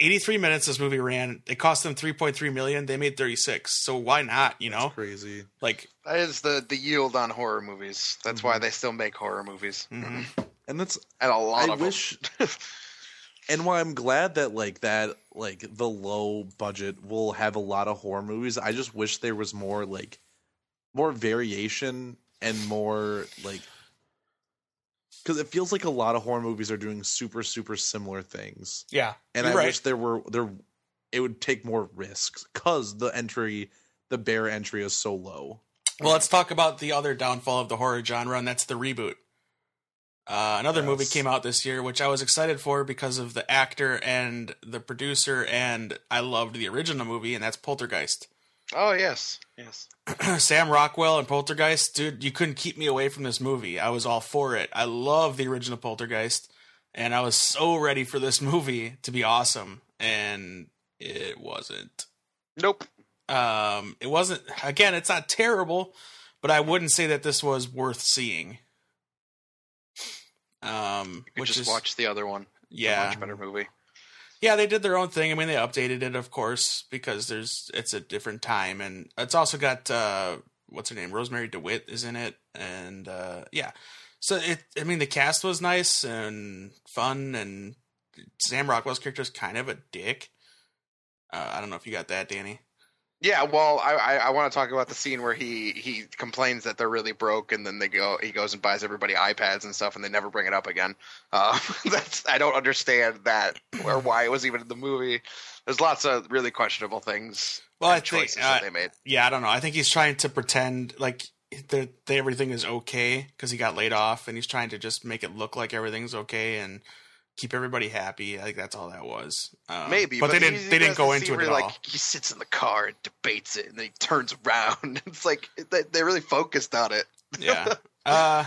[SPEAKER 2] 83 minutes this movie ran it cost them 3.3 million they made 36 so why not you know
[SPEAKER 3] crazy?
[SPEAKER 2] like
[SPEAKER 4] That is the the yield on horror movies. That's
[SPEAKER 2] Mm-hmm.
[SPEAKER 4] why they still make horror movies,
[SPEAKER 2] mhm.
[SPEAKER 3] And that's
[SPEAKER 4] and a lot
[SPEAKER 3] I
[SPEAKER 4] of
[SPEAKER 3] wish.
[SPEAKER 4] them.
[SPEAKER 3] and why I'm glad that like that like the low budget will have a lot of horror movies. I just wish there was more like more variation and more like because it feels like a lot of horror movies are doing super super similar things.
[SPEAKER 2] yeah
[SPEAKER 3] and
[SPEAKER 2] you're
[SPEAKER 3] I
[SPEAKER 2] right.
[SPEAKER 3] wish there were there it would take more risks because the entry the bare entry is so low.
[SPEAKER 2] Well, let's talk about the other downfall of the horror genre, and that's the reboot. Uh, another
[SPEAKER 3] Yes.
[SPEAKER 2] movie came out this year, which I was excited for because of the actor and the producer, and I loved the original movie, and that's Poltergeist.
[SPEAKER 4] oh yes, yes.
[SPEAKER 2] Sam Rockwell and Poltergeist, dude, you couldn't keep me away from this movie. I was all for it. I love the original Poltergeist, and I was so ready for this movie to be awesome, and it wasn't.
[SPEAKER 4] Nope.
[SPEAKER 2] Um, it wasn't. Again, it's not terrible, but I wouldn't say that this was worth seeing. Um,
[SPEAKER 4] You could
[SPEAKER 2] which
[SPEAKER 4] just
[SPEAKER 2] is
[SPEAKER 4] watch the other one.
[SPEAKER 2] yeah,
[SPEAKER 4] Much better movie.
[SPEAKER 2] yeah. They did their own thing. I mean, they updated it, of course, because there's it's a different time, and it's also got uh, what's her name, Rosemary DeWitt is in it, and uh, yeah. So it, I mean, the cast was nice and fun, and Sam Rockwell's character is kind of a dick. Uh, I don't know if you got that, Danny.
[SPEAKER 4] Yeah, well, I I, I want to talk about the scene where he he complains that they're really broke, and then they go he goes and buys everybody iPads and stuff, and they never bring it up again. Uh, that's I don't understand that or why it was even in the movie. There's lots of really questionable things.
[SPEAKER 2] Well, I
[SPEAKER 4] and
[SPEAKER 2] think
[SPEAKER 4] choices
[SPEAKER 2] uh,
[SPEAKER 4] that they made.
[SPEAKER 2] yeah, I don't know. I think he's trying to pretend like that that everything is okay because he got laid off, and he's trying to just make it look like everything's okay and keep everybody happy. I think that's all that was. Um,
[SPEAKER 4] Maybe,
[SPEAKER 2] but, they
[SPEAKER 4] you-
[SPEAKER 2] didn't.
[SPEAKER 4] you
[SPEAKER 2] They
[SPEAKER 4] guys
[SPEAKER 2] didn't go
[SPEAKER 4] can see
[SPEAKER 2] into it
[SPEAKER 4] where,
[SPEAKER 2] at
[SPEAKER 4] like,
[SPEAKER 2] all.
[SPEAKER 4] He sits in the car and debates it, and then he turns around. It's like they- they really focused on it.
[SPEAKER 2] yeah. Uh,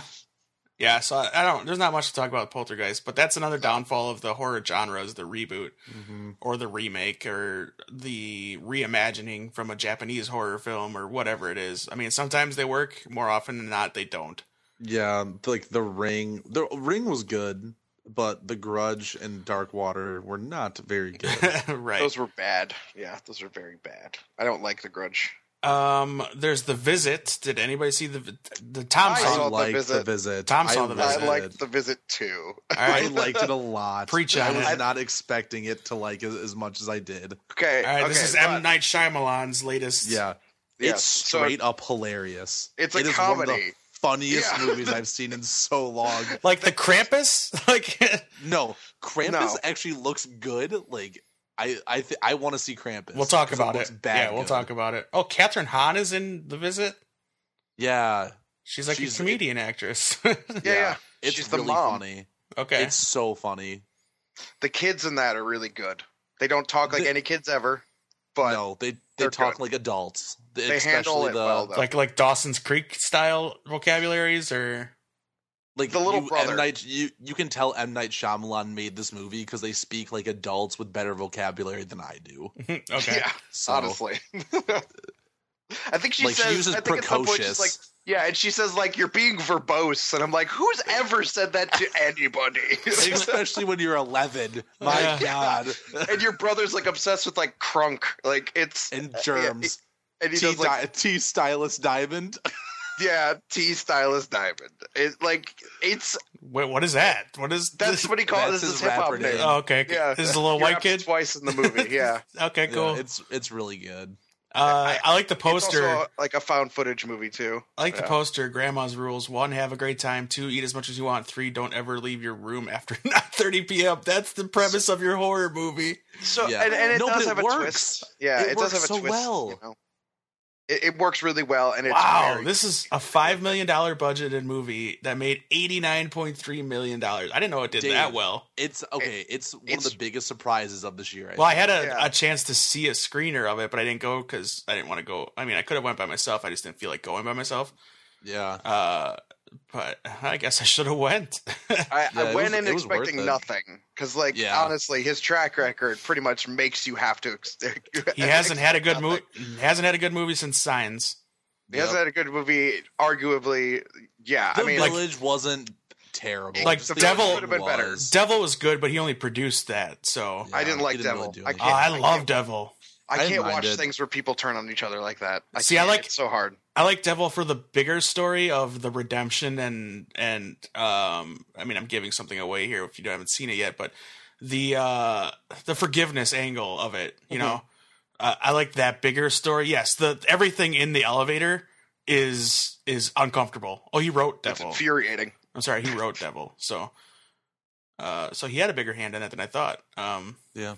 [SPEAKER 2] yeah. So I, I don't. There's not much to talk about with Poltergeist, but that's another downfall of the horror genre is the reboot
[SPEAKER 4] Mm-hmm.
[SPEAKER 2] or the remake or the reimagining from a Japanese horror film or whatever it is. I mean, sometimes they work. More often than not, they don't.
[SPEAKER 3] Yeah, like the ring. The ring was good, but the Grudge and Dark Water were not very good.
[SPEAKER 2] right.
[SPEAKER 4] Those were bad. Yeah, those were very bad. I don't like the Grudge.
[SPEAKER 2] Um, there's the visit. Did anybody see the vi- the Tom
[SPEAKER 4] I
[SPEAKER 3] I,
[SPEAKER 2] song?
[SPEAKER 4] saw The
[SPEAKER 3] liked
[SPEAKER 4] Visit.
[SPEAKER 2] Tom saw The
[SPEAKER 4] I
[SPEAKER 2] Visit.
[SPEAKER 4] liked the visit too.
[SPEAKER 2] All
[SPEAKER 3] I
[SPEAKER 2] right,
[SPEAKER 3] liked it a lot.
[SPEAKER 2] Preach
[SPEAKER 3] I
[SPEAKER 2] on
[SPEAKER 3] was
[SPEAKER 2] it.
[SPEAKER 3] not expecting it to like as, as much as I did.
[SPEAKER 4] Okay,
[SPEAKER 2] all right.
[SPEAKER 4] okay,
[SPEAKER 2] this is
[SPEAKER 4] but-
[SPEAKER 2] M Night Shyamalan's latest.
[SPEAKER 3] Yeah,
[SPEAKER 4] yeah,
[SPEAKER 3] it's
[SPEAKER 4] so
[SPEAKER 3] straight up hilarious.
[SPEAKER 4] It's a
[SPEAKER 3] It is One of
[SPEAKER 4] comedy.
[SPEAKER 3] the funniest
[SPEAKER 4] Yeah.
[SPEAKER 3] movies I've seen in so long.
[SPEAKER 2] Like the Krampus. Like
[SPEAKER 3] No, Krampus
[SPEAKER 4] No.
[SPEAKER 3] actually looks good. Like I, I, th- I want to see Krampus.
[SPEAKER 2] we'll talk
[SPEAKER 3] 'cause
[SPEAKER 2] about
[SPEAKER 3] looks
[SPEAKER 2] it.
[SPEAKER 3] bad
[SPEAKER 2] yeah, we'll
[SPEAKER 3] good.
[SPEAKER 2] talk about it. Oh, Catherine Hahn is in the visit.
[SPEAKER 3] Yeah,
[SPEAKER 2] She's like
[SPEAKER 3] She's-
[SPEAKER 2] a comedian actress.
[SPEAKER 4] Yeah, yeah.
[SPEAKER 3] It's
[SPEAKER 4] She's the
[SPEAKER 3] really
[SPEAKER 4] mom.
[SPEAKER 3] funny.
[SPEAKER 2] okay.
[SPEAKER 3] It's so funny.
[SPEAKER 4] The kids in that are really good. They don't talk like
[SPEAKER 3] The-
[SPEAKER 4] any kids ever, but
[SPEAKER 3] no, they they
[SPEAKER 4] they're
[SPEAKER 3] talk
[SPEAKER 4] good.
[SPEAKER 3] like adults. They
[SPEAKER 4] they handle it
[SPEAKER 3] the,
[SPEAKER 4] well though.
[SPEAKER 2] like like Dawson's Creek style vocabularies or
[SPEAKER 3] Like
[SPEAKER 4] The little
[SPEAKER 3] you,
[SPEAKER 4] brother.
[SPEAKER 3] M. Night, you you can tell M Night Shyamalan made this movie because they speak like adults with better vocabulary than I do.
[SPEAKER 2] okay.
[SPEAKER 4] Yeah,
[SPEAKER 3] So,
[SPEAKER 4] honestly. I think she
[SPEAKER 3] Like, she
[SPEAKER 4] says.
[SPEAKER 3] uses
[SPEAKER 4] I think at some point she's
[SPEAKER 3] precocious.
[SPEAKER 4] like, yeah, and she says like you're being verbose, and I'm like, who's ever said that to anybody?
[SPEAKER 3] especially when you're 11. My
[SPEAKER 2] Yeah.
[SPEAKER 3] God,
[SPEAKER 4] and your brother's like obsessed with like crunk, like it's
[SPEAKER 3] and germs.
[SPEAKER 4] and he
[SPEAKER 3] T,
[SPEAKER 4] does like
[SPEAKER 3] di- T stylus diamond.
[SPEAKER 4] yeah, T stylus diamond. It like it's
[SPEAKER 2] Wait, what is that? What is
[SPEAKER 4] that's
[SPEAKER 2] this?
[SPEAKER 4] what he calls
[SPEAKER 3] That's his
[SPEAKER 4] this his hip hop
[SPEAKER 3] rapper name.
[SPEAKER 4] name.
[SPEAKER 2] Oh, okay.
[SPEAKER 4] Yeah,
[SPEAKER 2] This is a little
[SPEAKER 4] He
[SPEAKER 2] white
[SPEAKER 4] raps
[SPEAKER 2] kid.
[SPEAKER 4] twice in the movie. Yeah,
[SPEAKER 2] Okay,
[SPEAKER 3] Yeah,
[SPEAKER 2] cool.
[SPEAKER 3] it's it's really good.
[SPEAKER 2] uh, I like the poster.
[SPEAKER 4] It's also like a found footage movie too.
[SPEAKER 2] I like the
[SPEAKER 4] Yeah.
[SPEAKER 2] poster. Grandma's rules: one, have a great time; two, eat as much as you want; three, don't ever leave your room after 9:30 p.m. That's the premise of your horror movie.
[SPEAKER 4] So
[SPEAKER 3] Yeah.
[SPEAKER 4] and, and it
[SPEAKER 3] No, but
[SPEAKER 4] does
[SPEAKER 3] it
[SPEAKER 4] have
[SPEAKER 3] works.
[SPEAKER 4] a twist. Yeah,
[SPEAKER 3] It
[SPEAKER 4] it,
[SPEAKER 3] works
[SPEAKER 4] does have a
[SPEAKER 3] so
[SPEAKER 4] twist.
[SPEAKER 3] well.
[SPEAKER 4] you know? it, it works really well, and it's
[SPEAKER 2] wow,
[SPEAKER 4] very-
[SPEAKER 2] this is a five million dollar budgeted movie that made 89.3 million dollars. I didn't know it did
[SPEAKER 3] Damn.
[SPEAKER 2] that well.
[SPEAKER 3] It's okay. It's one
[SPEAKER 4] it's-
[SPEAKER 3] of the biggest surprises of this year. I
[SPEAKER 2] Well, I had a,
[SPEAKER 4] Yeah.
[SPEAKER 2] a chance to see a screener of it, but I didn't go because I didn't want to go. I mean, I could have went by myself. I just didn't feel like going by myself.
[SPEAKER 3] Yeah.
[SPEAKER 2] Uh, but I guess I should have went.
[SPEAKER 3] Yeah,
[SPEAKER 4] I, I
[SPEAKER 3] it
[SPEAKER 4] went
[SPEAKER 3] was-
[SPEAKER 4] in
[SPEAKER 3] it was worth
[SPEAKER 4] expecting
[SPEAKER 3] it.
[SPEAKER 4] nothing because, like,
[SPEAKER 3] Yeah.
[SPEAKER 4] honestly, his track record pretty much makes you have to. Ex-
[SPEAKER 2] he hasn't had a good
[SPEAKER 4] nothing.
[SPEAKER 2] movie. Hasn't had a good movie since Signs.
[SPEAKER 4] He hasn't
[SPEAKER 3] Yep.
[SPEAKER 4] had a good movie, arguably. Yeah,
[SPEAKER 3] The
[SPEAKER 4] I mean, like,
[SPEAKER 3] village wasn't terrible.
[SPEAKER 2] Like,
[SPEAKER 3] The
[SPEAKER 2] Devil
[SPEAKER 3] Village
[SPEAKER 2] would've
[SPEAKER 4] been better.
[SPEAKER 3] was.
[SPEAKER 2] Devil was good, but he only produced that. So
[SPEAKER 3] Yeah,
[SPEAKER 4] I didn't
[SPEAKER 3] he
[SPEAKER 4] like
[SPEAKER 3] really
[SPEAKER 4] Devil.
[SPEAKER 3] do
[SPEAKER 4] I
[SPEAKER 3] anything.
[SPEAKER 2] Oh, I
[SPEAKER 4] can't-
[SPEAKER 2] love Devil.
[SPEAKER 3] I
[SPEAKER 4] I
[SPEAKER 3] didn't
[SPEAKER 4] can't
[SPEAKER 3] mind
[SPEAKER 4] watch
[SPEAKER 3] it.
[SPEAKER 4] things where people turn on each other like that. I
[SPEAKER 2] See, I
[SPEAKER 4] can't.
[SPEAKER 2] like-
[SPEAKER 4] it's so hard.
[SPEAKER 2] I like Devil for the bigger story of the redemption and and um I mean I'm giving something away here if you haven't seen it yet, but the uh the forgiveness angle of it, you
[SPEAKER 3] Mm-hmm.
[SPEAKER 2] know. Uh, I like that bigger story. Yes, the everything in the elevator is is uncomfortable. Oh, he wrote
[SPEAKER 4] That's
[SPEAKER 2] Devil.
[SPEAKER 4] infuriating.
[SPEAKER 2] I'm sorry, he wrote Devil. So, uh, so he had a bigger hand in it than I thought. Um,
[SPEAKER 3] Yeah.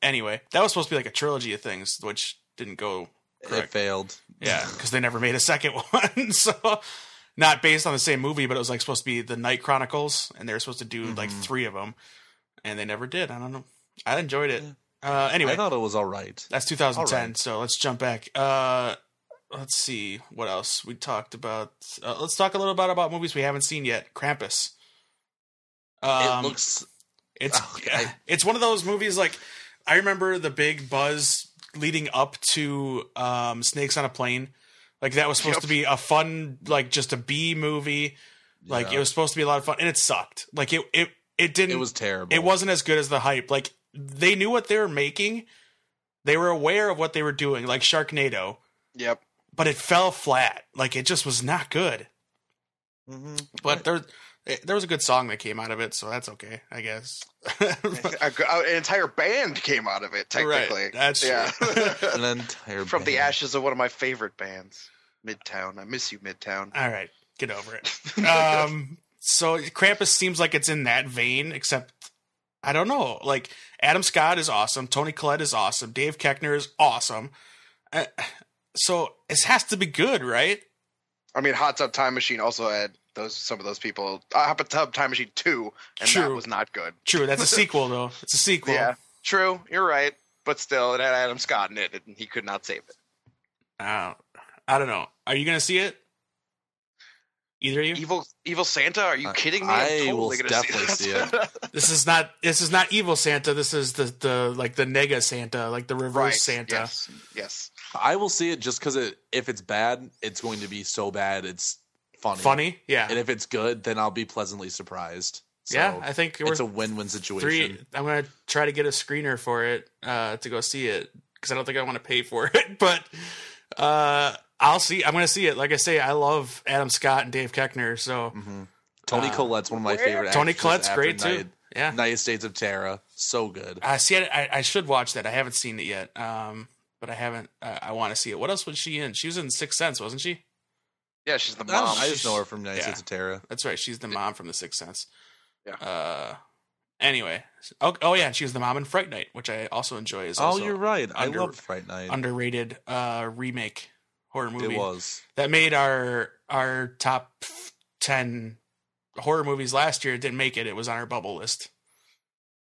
[SPEAKER 2] Anyway, that was supposed to be like a trilogy of things, which didn't go
[SPEAKER 3] It
[SPEAKER 2] correct.
[SPEAKER 3] failed.
[SPEAKER 2] Yeah, because they never made a second one. so, not based on the same movie, but it was like supposed to be the Night Chronicles, and they were supposed to do like
[SPEAKER 3] Mhm.
[SPEAKER 2] three of them, and they never did. I don't know. I enjoyed it.
[SPEAKER 3] Yeah.
[SPEAKER 2] Uh, anyway,
[SPEAKER 3] I thought it was all right.
[SPEAKER 2] that's 2010.
[SPEAKER 3] All right.
[SPEAKER 2] So let's jump back. Uh, let's see what else we talked about. Uh, let's talk a little bit about movies we haven't seen yet. Krampus. Um,
[SPEAKER 3] it looks.
[SPEAKER 2] it's
[SPEAKER 3] Oh, I-
[SPEAKER 2] it's one of those movies like I remember the big buzz leading up to um, Snakes on a Plane. Like that was supposed
[SPEAKER 4] Yep.
[SPEAKER 2] to be a fun, like just a B movie. Like
[SPEAKER 3] yeah,
[SPEAKER 2] it was supposed to be a lot of fun, and it sucked. Like it it it didn't.
[SPEAKER 3] It was terrible.
[SPEAKER 2] It wasn't as good as the hype. Like they knew what they were making. They were aware of what they were doing, like Sharknado,
[SPEAKER 4] Yep.
[SPEAKER 2] but it fell flat. Like it just was not good.
[SPEAKER 4] Mm-hmm.
[SPEAKER 3] Mhm.
[SPEAKER 2] But there eh, there was a good song that came out of it, so that's okay, I guess.
[SPEAKER 4] A- a- an entire band came out of it, technically.
[SPEAKER 2] Right, that's true.
[SPEAKER 4] yeah.
[SPEAKER 3] an entire
[SPEAKER 4] From the
[SPEAKER 3] band.
[SPEAKER 4] ashes of one of my favorite bands, Midtown. I miss you, Midtown.
[SPEAKER 2] All right, get over it. Um, so Krampus seems like it's in that vein, except I don't know. Like Adam Scott is awesome, Tony Collette is awesome, Dave Keckner is awesome. Uh, so it has to be good, right?
[SPEAKER 4] I mean, Hot Tub Time Machine also had those some of those people. I Hop a Tub Time Machine Two, and that
[SPEAKER 2] True.
[SPEAKER 4] was not good.
[SPEAKER 2] True, that's a sequel though. It's a sequel.
[SPEAKER 4] Yeah, true. You're right, but still, it had Adam Scott in it, and he could not save it.
[SPEAKER 2] I don't, I don't know. Are you gonna see it? Either of you?
[SPEAKER 4] Evil, Evil Santa? Are you
[SPEAKER 3] I-
[SPEAKER 4] kidding me?
[SPEAKER 3] I
[SPEAKER 4] I'm totally
[SPEAKER 3] will
[SPEAKER 4] gonna
[SPEAKER 3] definitely
[SPEAKER 4] see,
[SPEAKER 3] see
[SPEAKER 4] that.
[SPEAKER 2] This is not this is not evil Santa. This is the the like the nega Santa, like the reverse
[SPEAKER 4] right,
[SPEAKER 2] Santa.
[SPEAKER 4] Yes, yes.
[SPEAKER 3] I will see it just because it, if it's bad, it's going to be so bad it's funny.
[SPEAKER 2] Funny, yeah,
[SPEAKER 3] And if it's good, then I'll be pleasantly surprised. So
[SPEAKER 2] yeah. I think we're
[SPEAKER 3] it's a win-win situation.
[SPEAKER 2] three. I'm gonna try to get a screener for it uh, to go see it because I don't think I want to pay for it, but uh, I'll see. I'm gonna see it. Like I say, I love Adam Scott and Dave Keckner, so
[SPEAKER 3] hmm Tony
[SPEAKER 2] Uh,
[SPEAKER 3] Collette's one of my favorite.
[SPEAKER 2] Tony
[SPEAKER 3] actresses
[SPEAKER 2] Collette's
[SPEAKER 3] after
[SPEAKER 2] great too.
[SPEAKER 3] Night-
[SPEAKER 2] Yeah,
[SPEAKER 3] United States of Terra, so good.
[SPEAKER 2] I see it. I, I should watch that. I haven't seen it yet, um, but I haven't. Uh, I want to see it. What else was she in? She was in Sixth Sense, wasn't she?
[SPEAKER 4] Yeah, she's the mom.
[SPEAKER 3] I just know her from United
[SPEAKER 2] Um, yeah.
[SPEAKER 3] States of Terra.
[SPEAKER 2] That's right. She's the mom from The Sixth Sense.
[SPEAKER 4] Yeah.
[SPEAKER 2] Uh, anyway, oh, oh yeah, she was the mom in Fright Night, which I also enjoy. Is
[SPEAKER 3] Oh,
[SPEAKER 2] also
[SPEAKER 3] you're right. I
[SPEAKER 2] under-
[SPEAKER 3] love Fright Night.
[SPEAKER 2] underrated uh, remake horror movie
[SPEAKER 3] It was.
[SPEAKER 2] that made our our top ten horror movies last year. It didn't make it. It was on our bubble list.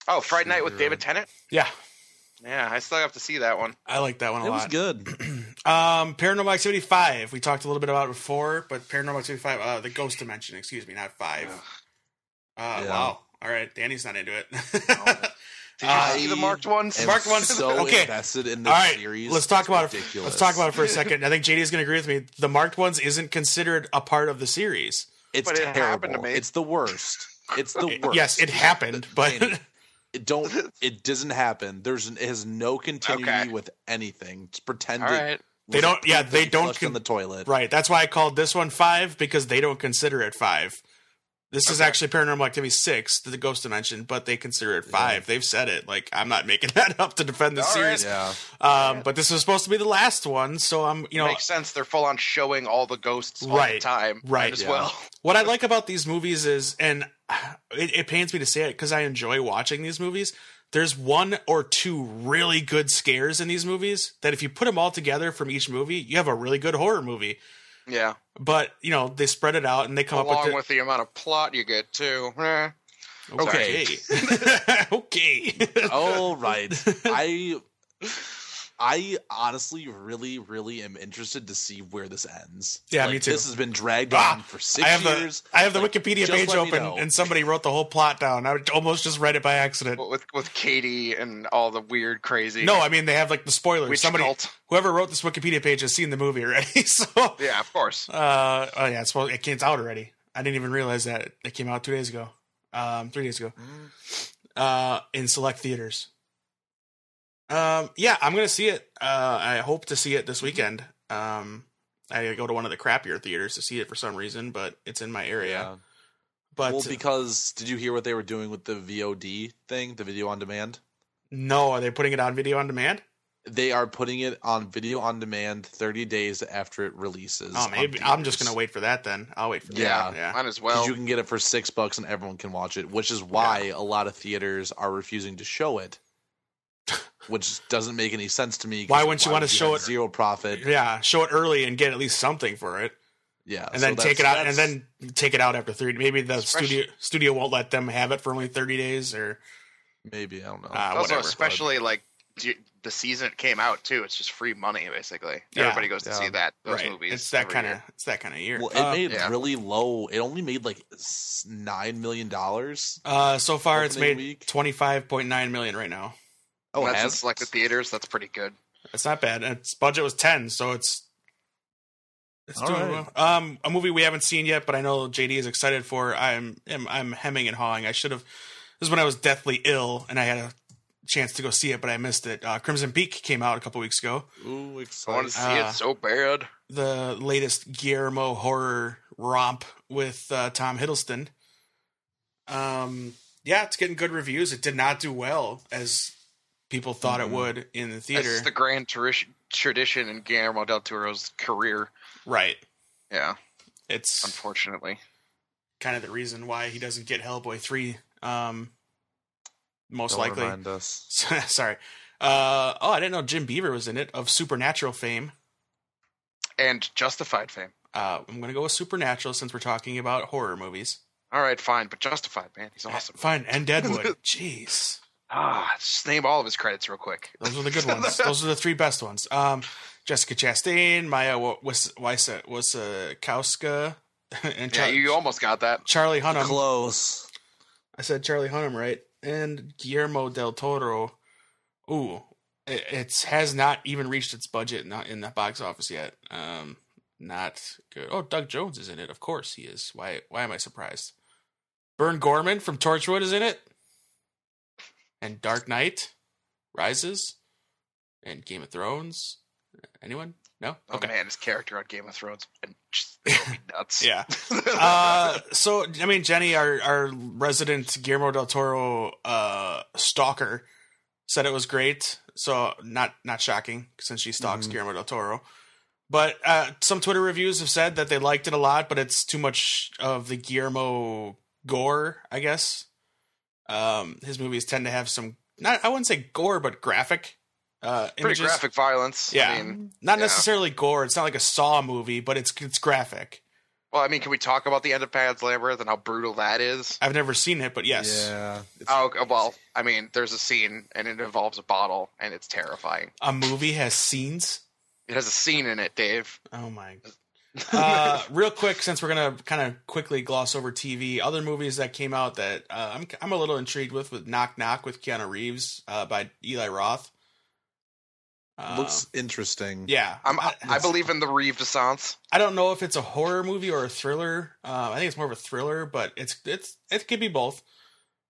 [SPEAKER 4] Oh, Friday Night with
[SPEAKER 3] Sure.
[SPEAKER 4] David Tennant.
[SPEAKER 2] Yeah,
[SPEAKER 4] Yeah, I still have to see that one.
[SPEAKER 2] I like that one a
[SPEAKER 3] It
[SPEAKER 2] lot.
[SPEAKER 3] was good.
[SPEAKER 2] um, Paranormal Activity Five. We talked a little bit about it before, but Paranormal Activity Five, uh, the Ghost Dimension. Excuse me, not five. Uh,
[SPEAKER 3] Yeah.
[SPEAKER 2] Wow. All right, Danny's not into it.
[SPEAKER 4] Did you
[SPEAKER 2] Uh, I
[SPEAKER 4] see the marked ones?
[SPEAKER 3] And
[SPEAKER 2] Marked ones-
[SPEAKER 3] So
[SPEAKER 2] okay.
[SPEAKER 3] invested in
[SPEAKER 2] All
[SPEAKER 3] this
[SPEAKER 2] right,
[SPEAKER 3] series.
[SPEAKER 2] let's talk
[SPEAKER 3] It's
[SPEAKER 2] about it.
[SPEAKER 3] ridiculous.
[SPEAKER 2] Let's talk about it for a second. I think JD is going to agree with me. The marked ones isn't considered a part of the series.
[SPEAKER 3] It's
[SPEAKER 4] But it
[SPEAKER 3] terrible.
[SPEAKER 4] happened to me.
[SPEAKER 3] It's the worst. It's the worst.
[SPEAKER 2] Yes, it happened, but
[SPEAKER 3] Danny, it don't. It doesn't happen. There's an, it has no continuity
[SPEAKER 4] Okay.
[SPEAKER 3] with anything. It's pretending.
[SPEAKER 4] All right.
[SPEAKER 2] They don't- yeah, they don't
[SPEAKER 3] Flushed
[SPEAKER 2] con-
[SPEAKER 3] in the toilet.
[SPEAKER 2] right. That's why I called this one five because they don't consider it five. This is
[SPEAKER 4] Okay.
[SPEAKER 2] actually Paranormal Activity six, the Ghost Dimension, but they consider it five. They've said it. Like I'm not making that up to defend the
[SPEAKER 4] All
[SPEAKER 2] series.
[SPEAKER 3] Yeah.
[SPEAKER 2] Um, but this was supposed to be the last one, so I'm you know
[SPEAKER 4] makes sense. They're full on showing all the ghosts all the
[SPEAKER 2] Right,
[SPEAKER 4] time,
[SPEAKER 2] right.
[SPEAKER 4] As
[SPEAKER 3] Yeah.
[SPEAKER 4] well,
[SPEAKER 2] what I like about these movies is, and it, it pains me to say it because I enjoy watching these movies. There's one or two really good scares in these movies that if you put them all together from each movie, you have a really good horror movie.
[SPEAKER 4] yeah.
[SPEAKER 2] But you know they spread it out and they come
[SPEAKER 4] Along
[SPEAKER 2] up
[SPEAKER 4] with,
[SPEAKER 2] with,
[SPEAKER 4] the amount of plot you get too. Eh.
[SPEAKER 2] the, okay, okay.
[SPEAKER 3] All right. I. I honestly, really, really am interested to see where this ends.
[SPEAKER 2] Yeah,
[SPEAKER 3] Like,
[SPEAKER 2] me too.
[SPEAKER 3] This has been dragged
[SPEAKER 2] Ah,
[SPEAKER 3] on for six
[SPEAKER 2] I have
[SPEAKER 3] years.
[SPEAKER 2] the I have the
[SPEAKER 3] Like,
[SPEAKER 2] Wikipedia
[SPEAKER 3] just
[SPEAKER 2] page
[SPEAKER 3] let me
[SPEAKER 2] open
[SPEAKER 3] know.
[SPEAKER 2] and somebody wrote the whole plot down. I would almost just read it by accident.
[SPEAKER 4] With with Katie and all the weird, crazy.
[SPEAKER 2] No, I mean they have like the spoilers.
[SPEAKER 4] witch
[SPEAKER 2] somebody,
[SPEAKER 4] cult.
[SPEAKER 2] whoever wrote this Wikipedia page has seen the movie already. So
[SPEAKER 4] Yeah, of course.
[SPEAKER 2] Uh, oh yeah, it's supposed it came out already. I didn't even realize that it came out two days ago, um, three days ago, uh, in select theaters. Um, yeah, I'm gonna see it. Uh, I hope to see it this weekend. Um, I go to one of the crappier theaters to see it for some reason, but it's in my area.
[SPEAKER 3] Yeah.
[SPEAKER 2] But
[SPEAKER 3] well, because did you hear what they were doing with the VOD thing, the video on demand?
[SPEAKER 2] no, are they putting it on video on demand?
[SPEAKER 3] They are putting it on video on demand 30 days after it releases.
[SPEAKER 2] Oh,
[SPEAKER 3] on
[SPEAKER 2] maybe I'm just
[SPEAKER 3] theaters.
[SPEAKER 2] gonna wait for that then. I'll wait for
[SPEAKER 3] Yeah.
[SPEAKER 2] that. Yeah.
[SPEAKER 4] Might as
[SPEAKER 3] 'Cause
[SPEAKER 4] well.
[SPEAKER 3] you can get it for six bucks and everyone can watch it, which is why a lot of theaters are refusing to show it, which doesn't make any sense to me. 'cause
[SPEAKER 2] Why wouldn't you wanna
[SPEAKER 3] would
[SPEAKER 2] show
[SPEAKER 3] have
[SPEAKER 2] it-
[SPEAKER 3] Zero profit.
[SPEAKER 2] Yeah, show it early and get at least something for it.
[SPEAKER 3] Yeah.
[SPEAKER 2] and
[SPEAKER 3] Uh, so
[SPEAKER 2] then take it
[SPEAKER 3] that's-
[SPEAKER 2] out and
[SPEAKER 3] that's-
[SPEAKER 2] then take it out after three maybe the
[SPEAKER 4] Especially-
[SPEAKER 2] studio studio won't let them have it for only 30 days or
[SPEAKER 3] maybe, I don't know.
[SPEAKER 2] uh,
[SPEAKER 4] also,
[SPEAKER 2] whatever
[SPEAKER 4] especially like d- the season it came out too. It's just free money basically.
[SPEAKER 2] Yeah.
[SPEAKER 4] Everybody goes to
[SPEAKER 3] Yeah.
[SPEAKER 4] see that those
[SPEAKER 2] right
[SPEAKER 4] movies.
[SPEAKER 2] it's that
[SPEAKER 4] every
[SPEAKER 2] kind of
[SPEAKER 4] year.
[SPEAKER 2] it's that kind of year
[SPEAKER 3] well, it
[SPEAKER 2] Uh,
[SPEAKER 3] made
[SPEAKER 4] yeah.
[SPEAKER 3] really low. It only made like s- $9 million. Oh,
[SPEAKER 2] uh, so far it's made
[SPEAKER 3] opening week.
[SPEAKER 2] 25.9 million right now
[SPEAKER 4] And that's in
[SPEAKER 3] Oh, has?
[SPEAKER 4] selected theaters. That's pretty good.
[SPEAKER 2] that's not bad and its budget was 10 so it's it's
[SPEAKER 3] All
[SPEAKER 2] doing
[SPEAKER 3] right.
[SPEAKER 2] well. Um, a movie we haven't seen yet, but I know JD is excited for. I'm, I'm, I'm hemming and hawing. I should have. This is when I was deathly ill, and I had a chance to go see it, but I missed it. Uh, Crimson Peak came out a couple weeks ago.
[SPEAKER 3] Ooh,
[SPEAKER 4] I want
[SPEAKER 3] exciting.
[SPEAKER 4] to see
[SPEAKER 2] Uh,
[SPEAKER 4] it so bad.
[SPEAKER 2] the latest Guillermo horror romp with uh, Tom Hiddleston. Um, yeah, it's getting good reviews. It did not do well as people thought
[SPEAKER 3] Mhm.
[SPEAKER 2] it would in the
[SPEAKER 4] It's
[SPEAKER 2] theater,
[SPEAKER 4] Mm-hmm. the grand turish- tradition in Guillermo del Toro's career.
[SPEAKER 2] right?
[SPEAKER 4] Yeah,
[SPEAKER 2] It's
[SPEAKER 4] unfortunately.
[SPEAKER 2] kind of the reason why he doesn't get Hellboy three. Um, most
[SPEAKER 3] Don't
[SPEAKER 2] likely.
[SPEAKER 3] remind us.
[SPEAKER 2] Sorry. Uh, oh, I didn't know Jim Beaver was in it of Supernatural fame.
[SPEAKER 4] And justified fame.
[SPEAKER 2] Uh, I'm going to go with Supernatural since we're talking about horror movies.
[SPEAKER 4] All right, fine, but Justified, man, he's awesome.
[SPEAKER 2] Fine, and Deadwood. Jeez.
[SPEAKER 4] Ah, just name all of his credits real quick.
[SPEAKER 2] Those are the good ones. Those are the three best ones. Um, Jessica Chastain, Maya Wasikowska, and
[SPEAKER 4] Yeah,
[SPEAKER 2] Char-
[SPEAKER 4] you almost got that.
[SPEAKER 2] Charlie Hunnam.
[SPEAKER 3] Close.
[SPEAKER 2] I said Charlie Hunnam, right? And Guillermo del Toro. Ooh, it it's, has not even reached its budget not in the box office yet. Um, not good. Oh, Doug Jones is in it. Of course he is. Why? Why am I surprised? Bern Gorman from Torchwood is in it, and Dark Knight Rises, and Game of Thrones. Anyone? No.
[SPEAKER 4] Oh man, his character on Game of Thrones and just drove me nuts.
[SPEAKER 2] Yeah. Uh, so I mean, Jenny, our our resident Guillermo del Toro uh, stalker, said it was great. So not not shocking since she stalks
[SPEAKER 3] Mhm.
[SPEAKER 2] Guillermo del Toro. But uh, some Twitter reviews have said that they liked it a lot, but it's too much of the Guillermo gore, I guess. Um, his movies tend to have some not I wouldn't say gore, but graphic. Uh,
[SPEAKER 4] pretty
[SPEAKER 2] images.
[SPEAKER 4] graphic violence.
[SPEAKER 2] Yeah.
[SPEAKER 4] I mean,
[SPEAKER 2] Not
[SPEAKER 4] yeah.
[SPEAKER 2] necessarily gore. It's not like a Saw movie, but it's it's graphic.
[SPEAKER 4] well, I mean, can we talk about the end of Pan's Labyrinth and how brutal that is?
[SPEAKER 2] I've never seen it, but yes.
[SPEAKER 3] Yeah. It's-
[SPEAKER 4] Oh, okay, well, I mean, there's a scene and it involves a bottle and it's terrifying.
[SPEAKER 2] a movie has scenes.
[SPEAKER 4] It has a scene in it, Dave.
[SPEAKER 2] Oh my! Uh, real quick, since we're gonna kind of quickly gloss over TV, other movies that came out that uh, I'm I'm a little intrigued with with Knock Knock with Keanu Reeves uh, by Eli Roth. Uh,
[SPEAKER 3] looks interesting.
[SPEAKER 2] yeah,
[SPEAKER 4] I'm, I,
[SPEAKER 2] I,
[SPEAKER 4] I believe in the Reeve Descente.
[SPEAKER 2] I don't know if it's a horror movie or a thriller. Uh, I think it's more of a thriller, but it's it's it could be both.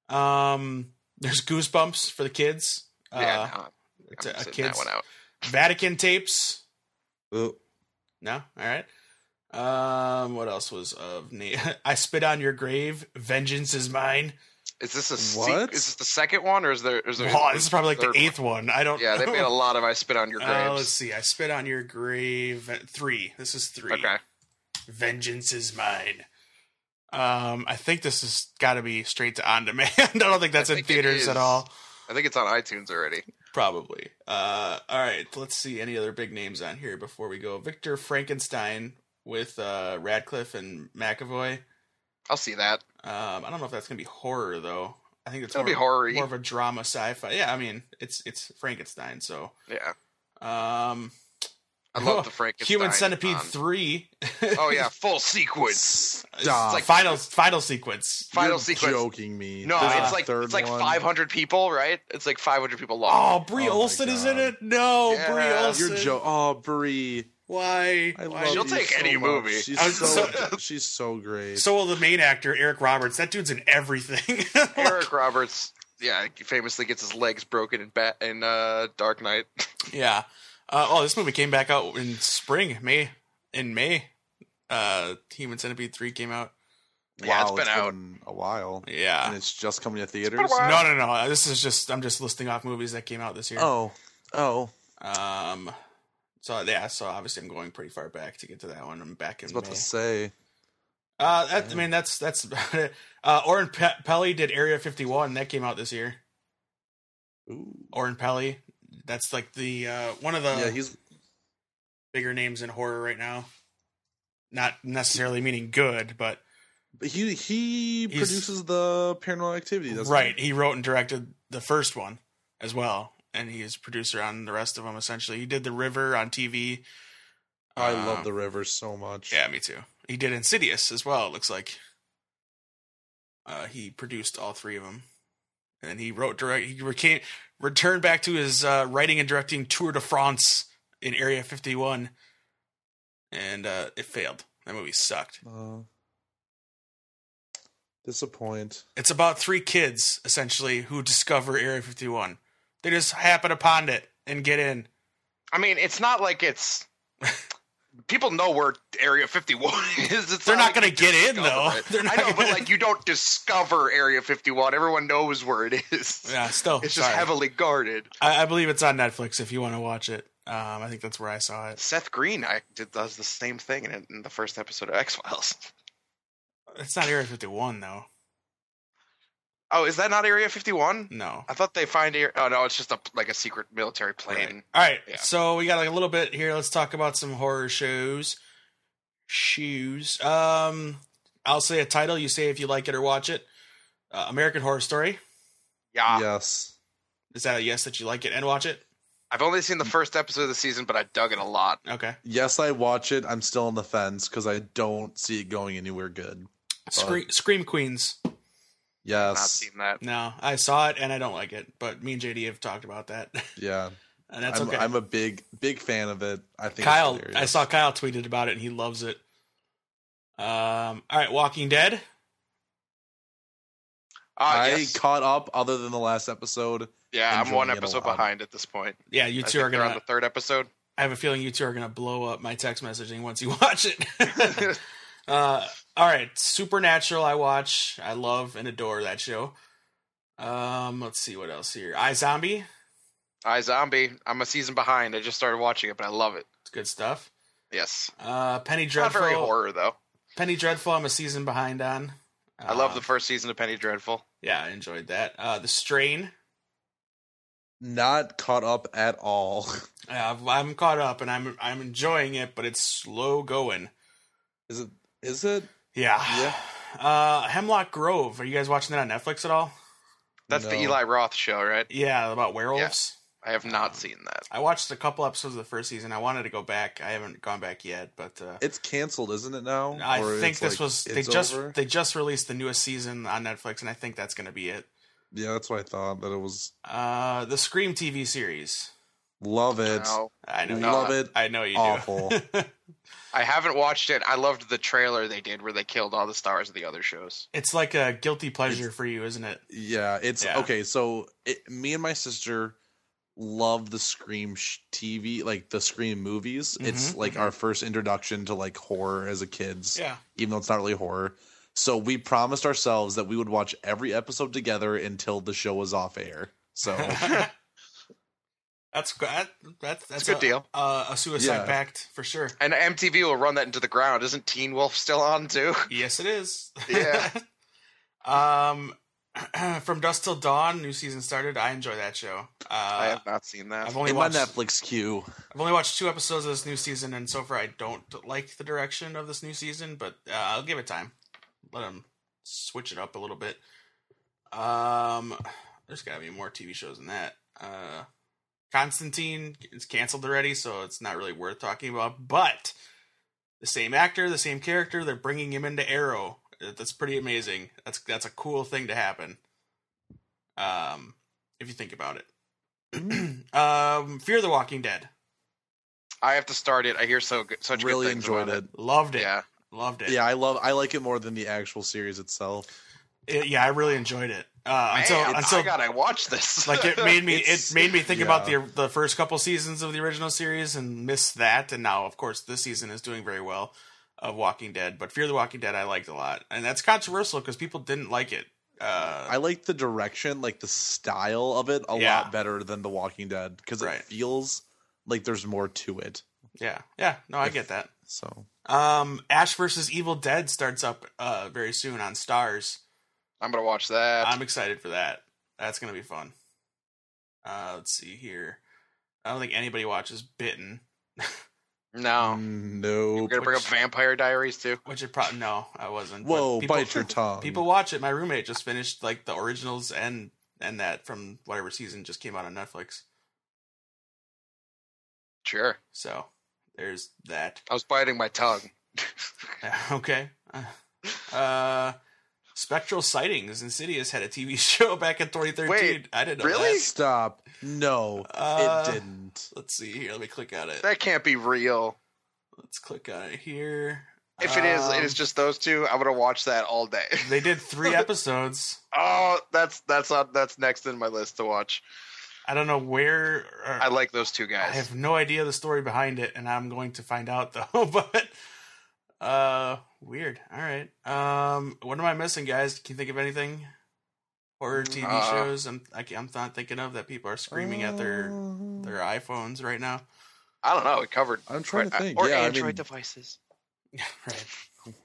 [SPEAKER 2] Um, there's Goosebumps for the kids. Uh,
[SPEAKER 4] yeah, no, I'm
[SPEAKER 2] it's a, a
[SPEAKER 4] sitting that
[SPEAKER 2] kids.
[SPEAKER 4] one out.
[SPEAKER 2] Vatican tapes.
[SPEAKER 3] Ooh.
[SPEAKER 2] No, all right. Um, what else was of na- I spit on your grave. Vengeance is mine.
[SPEAKER 4] Is this a se-
[SPEAKER 3] What?
[SPEAKER 4] Is this the second one or is there? Is there
[SPEAKER 2] Oh, this is probably like the
[SPEAKER 4] third
[SPEAKER 2] eighth one. I don't.
[SPEAKER 4] One? Yeah, they
[SPEAKER 2] know.
[SPEAKER 4] made a lot of "I Spit on Your
[SPEAKER 2] Uh, let's
[SPEAKER 4] Graves."
[SPEAKER 2] see. I spit on your grave. at Three. This is three.
[SPEAKER 4] okay,
[SPEAKER 2] Vengeance is mine. Um, I think this has got to be straight to on demand. I don't think that's in
[SPEAKER 4] think it
[SPEAKER 2] theaters
[SPEAKER 4] is.
[SPEAKER 2] at all.
[SPEAKER 4] I think it's on iTunes already.
[SPEAKER 2] Probably. Uh, all right. Let's see any other big names on here before we go. Victor Frankenstein with uh, Radcliffe and McAvoy.
[SPEAKER 4] I'll see that.
[SPEAKER 2] Um, I don't know if that's gonna be horror though. I think it's
[SPEAKER 4] It'll
[SPEAKER 2] more,
[SPEAKER 4] be horror.
[SPEAKER 2] more of a drama sci-fi. Yeah, I mean it's it's Frankenstein. So
[SPEAKER 4] Yeah,
[SPEAKER 2] um,
[SPEAKER 4] I love
[SPEAKER 2] Oh,
[SPEAKER 4] the Frankenstein.
[SPEAKER 2] Human Centipede
[SPEAKER 4] on-
[SPEAKER 2] three. uh,
[SPEAKER 4] Oh yeah, full sequence.
[SPEAKER 3] Stop.
[SPEAKER 4] like-
[SPEAKER 2] final final sequence.
[SPEAKER 4] Final
[SPEAKER 3] You're
[SPEAKER 4] sequence.
[SPEAKER 3] joking me.
[SPEAKER 4] No,
[SPEAKER 3] This is
[SPEAKER 4] it's
[SPEAKER 3] the
[SPEAKER 4] like
[SPEAKER 3] third
[SPEAKER 4] it's like
[SPEAKER 3] one?
[SPEAKER 4] 500 people, right? It's like 500 people long.
[SPEAKER 2] Oh, Brie
[SPEAKER 3] Oh my
[SPEAKER 2] Olson is in
[SPEAKER 3] God.
[SPEAKER 2] it. No,
[SPEAKER 4] Yeah,
[SPEAKER 2] Brie
[SPEAKER 4] you're
[SPEAKER 2] Olson.
[SPEAKER 3] You're joke. Oh, Brie.
[SPEAKER 2] Why?
[SPEAKER 3] I
[SPEAKER 2] Why?
[SPEAKER 3] love
[SPEAKER 4] She'll
[SPEAKER 3] you
[SPEAKER 4] take
[SPEAKER 3] so
[SPEAKER 4] any
[SPEAKER 3] much.
[SPEAKER 4] movie.
[SPEAKER 3] She's
[SPEAKER 2] I was
[SPEAKER 3] so,
[SPEAKER 2] so-
[SPEAKER 3] she's so great.
[SPEAKER 2] So will the main actor Eric Roberts. That dude's in everything.
[SPEAKER 4] Eric Roberts, yeah, he famously gets his legs broken in Bat in uh, Dark Knight.
[SPEAKER 2] Yeah. Uh, oh, this movie came back out in spring, May. In May, uh, Human Centipede three came out.
[SPEAKER 4] yeah, it's
[SPEAKER 3] Wow,
[SPEAKER 4] been out.
[SPEAKER 3] a while,
[SPEAKER 2] Yeah.
[SPEAKER 3] and it's just coming to theaters.
[SPEAKER 4] while.
[SPEAKER 2] No, no, no. This is just I'm just listing off movies that came out this year.
[SPEAKER 3] Oh, oh,
[SPEAKER 2] Um. So yeah. So obviously I'm going pretty far back to get to that one. I'm back
[SPEAKER 3] I
[SPEAKER 2] in
[SPEAKER 3] was about
[SPEAKER 2] May.
[SPEAKER 3] to say.
[SPEAKER 2] Uh, that, I mean that's that's about it. Uh, Oren Pe- Pelly did Area 51. That came out this year.
[SPEAKER 3] Ooh.
[SPEAKER 2] Oren Pelly. That's like the uh, one of the
[SPEAKER 3] yeah, he's
[SPEAKER 2] bigger names in horror right now. Not necessarily meaning good, but
[SPEAKER 3] he he
[SPEAKER 2] He's-
[SPEAKER 3] produces the Paranormal Activity. That's
[SPEAKER 2] right. He wrote and directed the first one as well, and he is producer on the rest of them. Essentially, he did The River on TV.
[SPEAKER 3] I
[SPEAKER 2] Uh,
[SPEAKER 3] love the river so much.
[SPEAKER 2] Yeah, me too. He did Insidious as well. It looks like uh, he produced all three of them, and then he wrote direct. He became returned back to his uh, writing and directing Tour de France in Area 51, and uh, it failed. That movie sucked.
[SPEAKER 3] Uh, disappoint.
[SPEAKER 2] It's about three kids essentially who discover Area 51. They just happen upon it and get in.
[SPEAKER 4] I mean, it's not like it's people know where Area 51 is. It's
[SPEAKER 2] They're not
[SPEAKER 4] like
[SPEAKER 2] gonna
[SPEAKER 4] you
[SPEAKER 2] get in,
[SPEAKER 4] discover
[SPEAKER 2] though.
[SPEAKER 4] it.
[SPEAKER 2] They're
[SPEAKER 4] I
[SPEAKER 2] not
[SPEAKER 4] know, but
[SPEAKER 2] gonna-
[SPEAKER 4] like you don't discover Area 51. Everyone knows where it is.
[SPEAKER 2] Yeah, still,
[SPEAKER 4] It's just
[SPEAKER 2] sorry.
[SPEAKER 4] heavily guarded.
[SPEAKER 2] I, I believe it's on Netflix if you want to watch it. Um, I think that's where I saw it.
[SPEAKER 4] Seth Green I, did, does the same thing in, in the first episode of X Files.
[SPEAKER 2] It's not Area 51 though.
[SPEAKER 4] Oh, is that not Area 51?
[SPEAKER 2] No.
[SPEAKER 4] I thought they find Area. Oh no, it's just a like a secret military plane.
[SPEAKER 2] All right.
[SPEAKER 4] Yeah.
[SPEAKER 2] So we got like a little bit here. Let's talk about some horror shows. shoes. Um, I'll say a title. You say if you like it or watch it. Uh, American Horror Story.
[SPEAKER 4] Yeah.
[SPEAKER 3] yes.
[SPEAKER 2] Is that a yes that you like it and watch it?
[SPEAKER 4] I've only seen the first episode of the season, but I dug it a lot.
[SPEAKER 2] Okay.
[SPEAKER 3] Yes, I watch it. I'm still on the fence because I don't see it going anywhere good.
[SPEAKER 2] Scream, Scream Queens.
[SPEAKER 4] I've Not
[SPEAKER 3] Yes.
[SPEAKER 4] seen that.
[SPEAKER 2] No, I saw it and I don't like it, but me and JD have talked about that,
[SPEAKER 3] Yeah.
[SPEAKER 2] and that's
[SPEAKER 3] I'm,
[SPEAKER 2] okay.
[SPEAKER 3] I'm a big, big fan of it. I think it's
[SPEAKER 2] Kyle, I
[SPEAKER 3] hilarious.
[SPEAKER 2] saw Kyle tweeted about it and he loves it. Um, all right, Walking Dead.
[SPEAKER 4] Ah,
[SPEAKER 3] I
[SPEAKER 4] yes.
[SPEAKER 3] caught up other than the last episode.
[SPEAKER 4] yeah, I'm
[SPEAKER 3] enjoying
[SPEAKER 4] one
[SPEAKER 3] it a
[SPEAKER 4] episode
[SPEAKER 3] lot.
[SPEAKER 4] behind at this point.
[SPEAKER 2] Yeah, you
[SPEAKER 4] I
[SPEAKER 2] two
[SPEAKER 4] think
[SPEAKER 2] are
[SPEAKER 4] they're
[SPEAKER 2] gonna.
[SPEAKER 4] on the third episode.
[SPEAKER 2] I have a feeling you two are gonna blow up my text messaging once you watch it. uh, all right, Supernatural. I watch. I love and adore that show. Um, let's see what else here. I Zombie.
[SPEAKER 4] I Zombie. I'm a season behind. I just started watching it, but I love it.
[SPEAKER 2] It's good stuff.
[SPEAKER 4] Yes.
[SPEAKER 2] Uh, Penny Dreadful.
[SPEAKER 4] Not very horror though.
[SPEAKER 2] Penny Dreadful. I'm a season behind on.
[SPEAKER 4] I love
[SPEAKER 2] Uh,
[SPEAKER 4] the first season of Penny Dreadful.
[SPEAKER 2] Yeah, I enjoyed that. Uh, the Strain.
[SPEAKER 3] Not caught up at all.
[SPEAKER 2] Yeah, Uh, I've- I'm caught up and I'm I'm enjoying it, but it's slow going.
[SPEAKER 3] Is it? Is it?
[SPEAKER 2] Yeah.
[SPEAKER 3] Yeah.
[SPEAKER 2] Uh, Hemlock Grove. Are you guys watching that on Netflix at all?
[SPEAKER 4] That's the
[SPEAKER 3] No.
[SPEAKER 4] Eli Roth show, right?
[SPEAKER 2] Yeah, about werewolves.
[SPEAKER 4] I have not seen that.
[SPEAKER 2] I watched a couple episodes of the first season. I wanted to go back. I haven't gone back yet, but uh,
[SPEAKER 3] It's canceled, isn't it now?
[SPEAKER 2] I
[SPEAKER 3] Or
[SPEAKER 2] think
[SPEAKER 3] it's
[SPEAKER 2] this
[SPEAKER 3] like,
[SPEAKER 2] was they
[SPEAKER 3] it's
[SPEAKER 2] just
[SPEAKER 3] over?
[SPEAKER 2] they just released the newest season on Netflix, and I think that's going to be it.
[SPEAKER 3] yeah, that's what I thought. That it was.
[SPEAKER 2] Uh, the Scream TV series.
[SPEAKER 3] Love it.
[SPEAKER 4] No.
[SPEAKER 2] I know. you-
[SPEAKER 3] Love
[SPEAKER 4] No,
[SPEAKER 3] it.
[SPEAKER 2] I know you
[SPEAKER 3] Awful.
[SPEAKER 2] do.
[SPEAKER 4] I haven't watched it. I loved the trailer they did where they killed all the stars of the other shows.
[SPEAKER 2] it's like a guilty pleasure for you, isn't it?
[SPEAKER 3] Yeah, it's
[SPEAKER 2] Yeah.
[SPEAKER 3] okay. So it, me and my sister love the Scream sh- TV, like the Scream movies. It's
[SPEAKER 2] Mhm,
[SPEAKER 3] like our first introduction to like horror as a kids,
[SPEAKER 2] Yeah.
[SPEAKER 3] even though it's not really horror. So we promised ourselves that we would watch every episode together until the show was off air. So
[SPEAKER 2] that's good. That, that's that's
[SPEAKER 4] good deal.
[SPEAKER 2] Uh, a suicide
[SPEAKER 3] Yeah.
[SPEAKER 2] pact for sure.
[SPEAKER 4] And MTV will run that into the ground. Isn't Teen Wolf still on too?
[SPEAKER 2] Yes, it is.
[SPEAKER 4] Yeah.
[SPEAKER 2] um, from dusk till dawn, new season started. I enjoy that show. Uh,
[SPEAKER 4] I have not seen that.
[SPEAKER 2] I've only
[SPEAKER 3] in my
[SPEAKER 2] watched
[SPEAKER 3] Netflix queue,
[SPEAKER 2] I've only watched two episodes of this new season, and so far I don't like the direction of this new season. But uh, I'll give it time. Let them switch it up a little bit. Um, there's got to be more TV shows than that. Uh, Constantine is canceled already, so it's not really worth talking about. But the same actor, the same character, they're bringing him into Arrow. Uh, That's pretty amazing. That's that's a cool thing to happen. Um, if you think about it. um, Fear the Walking Dead.
[SPEAKER 4] I have to start it. I hear so good, such
[SPEAKER 3] really
[SPEAKER 4] good things
[SPEAKER 3] enjoyed
[SPEAKER 4] about
[SPEAKER 3] it.
[SPEAKER 2] Loved it.
[SPEAKER 4] Yeah,
[SPEAKER 2] Loved it.
[SPEAKER 3] Yeah, I love. I like it more than the actual series itself.
[SPEAKER 2] It- yeah, I really enjoyed it. Uh,
[SPEAKER 4] Man,
[SPEAKER 2] until
[SPEAKER 4] I
[SPEAKER 2] until
[SPEAKER 4] gotta watch this.
[SPEAKER 2] like it made me it
[SPEAKER 3] It's-
[SPEAKER 2] made me think
[SPEAKER 3] yeah.
[SPEAKER 2] about the the first couple seasons of the original series and missed that. And now, of course, this season is doing very well of Walking Dead. But Fear the Walking Dead, I liked a lot, and that's controversial because people didn't like it. Uh,
[SPEAKER 3] I like the direction, like the style of it, a
[SPEAKER 2] Yeah.
[SPEAKER 3] lot better than The Walking Dead because
[SPEAKER 2] Right.
[SPEAKER 3] it feels like there's more to it.
[SPEAKER 2] yeah, yeah, no, I get that.
[SPEAKER 3] So
[SPEAKER 2] Um, Ash versus Evil Dead starts up uh, very soon on Stars.
[SPEAKER 4] I'm gonna watch that.
[SPEAKER 2] I'm excited for that. That's gonna be fun. Uh, let's see here. I don't think anybody watches Bitten.
[SPEAKER 4] no,
[SPEAKER 2] Um,
[SPEAKER 3] no.
[SPEAKER 4] we're gonna bring up
[SPEAKER 2] which-
[SPEAKER 4] Vampire Diaries too.
[SPEAKER 2] Which it probably no, I wasn't. but
[SPEAKER 3] Whoa, bite your tongue.
[SPEAKER 2] People watch it. My roommate just finished like the originals and and that from whatever season just came out on Netflix.
[SPEAKER 4] Sure.
[SPEAKER 2] So there's that.
[SPEAKER 4] I was biting my tongue.
[SPEAKER 2] okay. Uh, Spectral Sightings. Insidious had a TV show back in 2013.
[SPEAKER 4] Wait,
[SPEAKER 2] I didn't know
[SPEAKER 4] really?
[SPEAKER 2] that.
[SPEAKER 3] stop. No,
[SPEAKER 2] Uh,
[SPEAKER 3] it didn't.
[SPEAKER 2] Let's see here. Let me click on it.
[SPEAKER 4] That can't be real.
[SPEAKER 2] Let's click on it here.
[SPEAKER 4] If it is, it is
[SPEAKER 2] Um,
[SPEAKER 4] just those two. I'm gonna watch that all day.
[SPEAKER 2] They did three episodes.
[SPEAKER 4] oh, that's that's on that's next in my list to watch.
[SPEAKER 2] I don't know where. Or,
[SPEAKER 4] I like those two
[SPEAKER 2] I
[SPEAKER 4] guys.
[SPEAKER 2] have no idea the story behind it, and I'm going to find out though. but uh, weird. All right. Um, what am I missing, guys? Can you think of anything? Horror TV
[SPEAKER 4] Uh.
[SPEAKER 2] shows. I'm I, can't- I'm not thinking of that. People are screaming at
[SPEAKER 4] Um.
[SPEAKER 2] their their iPhones right now.
[SPEAKER 4] I don't know. It covered
[SPEAKER 3] I'm trying
[SPEAKER 2] uh,
[SPEAKER 3] to
[SPEAKER 4] quite-
[SPEAKER 3] think.
[SPEAKER 4] or
[SPEAKER 3] yeah,
[SPEAKER 4] Android
[SPEAKER 3] I mean,
[SPEAKER 4] devices.
[SPEAKER 2] right.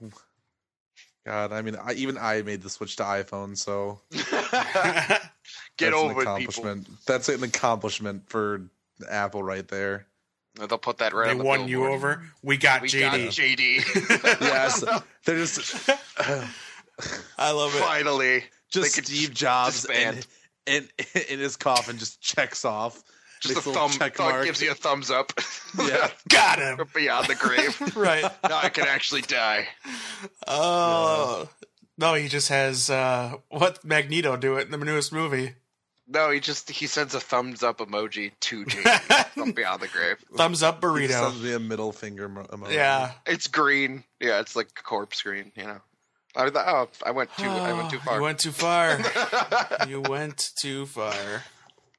[SPEAKER 3] God, I mean, I, even I made the switch to iPhone, so
[SPEAKER 4] Get
[SPEAKER 3] that's an
[SPEAKER 4] over it, people.
[SPEAKER 3] accomplishment. That's an accomplishment for Apple right there.
[SPEAKER 4] They'll put that right.
[SPEAKER 2] They
[SPEAKER 4] on the
[SPEAKER 2] won you
[SPEAKER 4] billboard.
[SPEAKER 2] over. We got
[SPEAKER 4] We got
[SPEAKER 2] JD.
[SPEAKER 4] JD.
[SPEAKER 3] Yes, they're just
[SPEAKER 5] I love it.
[SPEAKER 4] Finally,
[SPEAKER 3] just
[SPEAKER 4] They could
[SPEAKER 3] Steve Jobs and
[SPEAKER 4] disband.
[SPEAKER 3] and in his coffin just checks off.
[SPEAKER 4] just a
[SPEAKER 3] Makes little
[SPEAKER 4] thumb.
[SPEAKER 3] check
[SPEAKER 4] thumb
[SPEAKER 3] mark.
[SPEAKER 4] gives you a thumbs up.
[SPEAKER 3] Yeah.
[SPEAKER 2] Got him.
[SPEAKER 4] Beyond the grave.
[SPEAKER 5] Right.
[SPEAKER 4] now I can actually die.
[SPEAKER 2] Oh. No, he just has uh, what Magneto do it in the newest movie.
[SPEAKER 4] No, he just he sends a thumbs up emoji to JD from Beyond the Grave.
[SPEAKER 2] Thumbs up
[SPEAKER 3] He
[SPEAKER 2] burrito.
[SPEAKER 3] sends me a middle finger mo- emoji.
[SPEAKER 2] Yeah.
[SPEAKER 4] It's green. Yeah, it's like corpse green. You know. I thought, oh, I went too. I went too
[SPEAKER 2] Oh,
[SPEAKER 4] far.
[SPEAKER 2] You went too far. you went too far.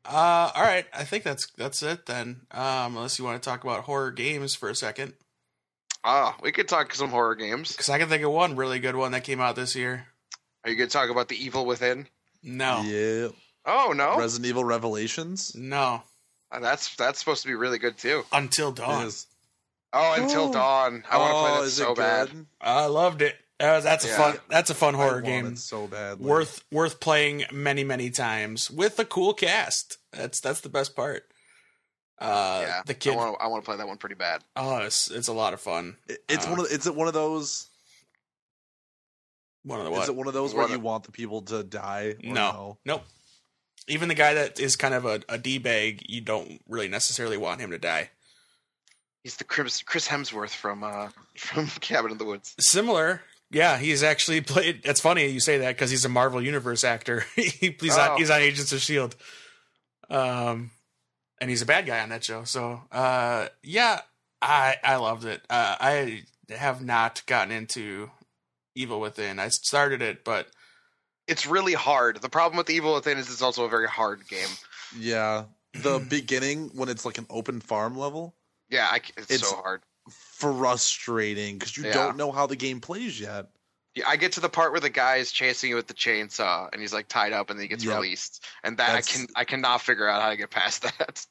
[SPEAKER 2] Uh, all right, I think that's that's it then. Um, unless you want to talk about horror games for a second,
[SPEAKER 4] Ah, we could talk some horror games.
[SPEAKER 2] because I can think of one really good one that came out this year.
[SPEAKER 4] Are you going to talk about the Evil Within?
[SPEAKER 2] No,
[SPEAKER 3] Yeah.
[SPEAKER 4] Oh no,
[SPEAKER 3] Resident Evil Revelations.
[SPEAKER 2] no,
[SPEAKER 4] Uh, that's that's supposed to be really good too.
[SPEAKER 2] Until Dawn.
[SPEAKER 3] Is-
[SPEAKER 4] Oh, Until
[SPEAKER 3] Oh.
[SPEAKER 4] Dawn. I want to play that
[SPEAKER 3] is
[SPEAKER 4] so
[SPEAKER 3] it
[SPEAKER 4] bad.
[SPEAKER 3] good?
[SPEAKER 2] I loved it. That was- that's a
[SPEAKER 4] Yeah.
[SPEAKER 2] fun. That's a fun
[SPEAKER 3] I
[SPEAKER 2] horror
[SPEAKER 3] want
[SPEAKER 2] game.
[SPEAKER 3] it so bad. like-
[SPEAKER 2] Worth worth playing many many times with a cool cast. That's that's the best part. Uh,
[SPEAKER 4] yeah,
[SPEAKER 2] the kid.
[SPEAKER 4] I want, I want to play that one pretty bad.
[SPEAKER 2] oh, it's, it's a lot of fun.
[SPEAKER 3] It- It's
[SPEAKER 2] Uh,
[SPEAKER 3] one of it's one of those.
[SPEAKER 2] One of the
[SPEAKER 3] Is
[SPEAKER 2] what?
[SPEAKER 3] it one of those
[SPEAKER 4] What
[SPEAKER 3] where
[SPEAKER 4] a-
[SPEAKER 3] you want the people to die? Or
[SPEAKER 2] No. Nope. Even the guy that is kind of a, a D bag, you don't really necessarily want him to die.
[SPEAKER 4] He's the Chris, Chris Hemsworth from uh, from Cabin in the Woods.
[SPEAKER 2] Similar, yeah, he's actually played. That's funny you say that because he's a Marvel Universe actor. he, he's,
[SPEAKER 4] Oh.
[SPEAKER 2] on, he's on Agents of S.H.I.E.L.D. E Um, and he's a bad guy on that show. So, uh, yeah, I, I loved it. Uh, I have not gotten into Evil Within. I started it, but
[SPEAKER 4] It's really hard. The problem with the Evil Within is it's also a very hard game.
[SPEAKER 3] Yeah. The beginning when it's like an open farm level,
[SPEAKER 4] Yeah, I c it's,
[SPEAKER 3] It's-
[SPEAKER 4] so hard.
[SPEAKER 3] frustrating because you
[SPEAKER 4] Yeah.
[SPEAKER 3] don't know how the game plays yet.
[SPEAKER 4] Yeah, I get to the part where the guy is chasing you with the chainsaw, and he's like tied up, and then he gets
[SPEAKER 3] Yep.
[SPEAKER 4] released. And that
[SPEAKER 3] That's-
[SPEAKER 4] I can I cannot figure out how to get past that.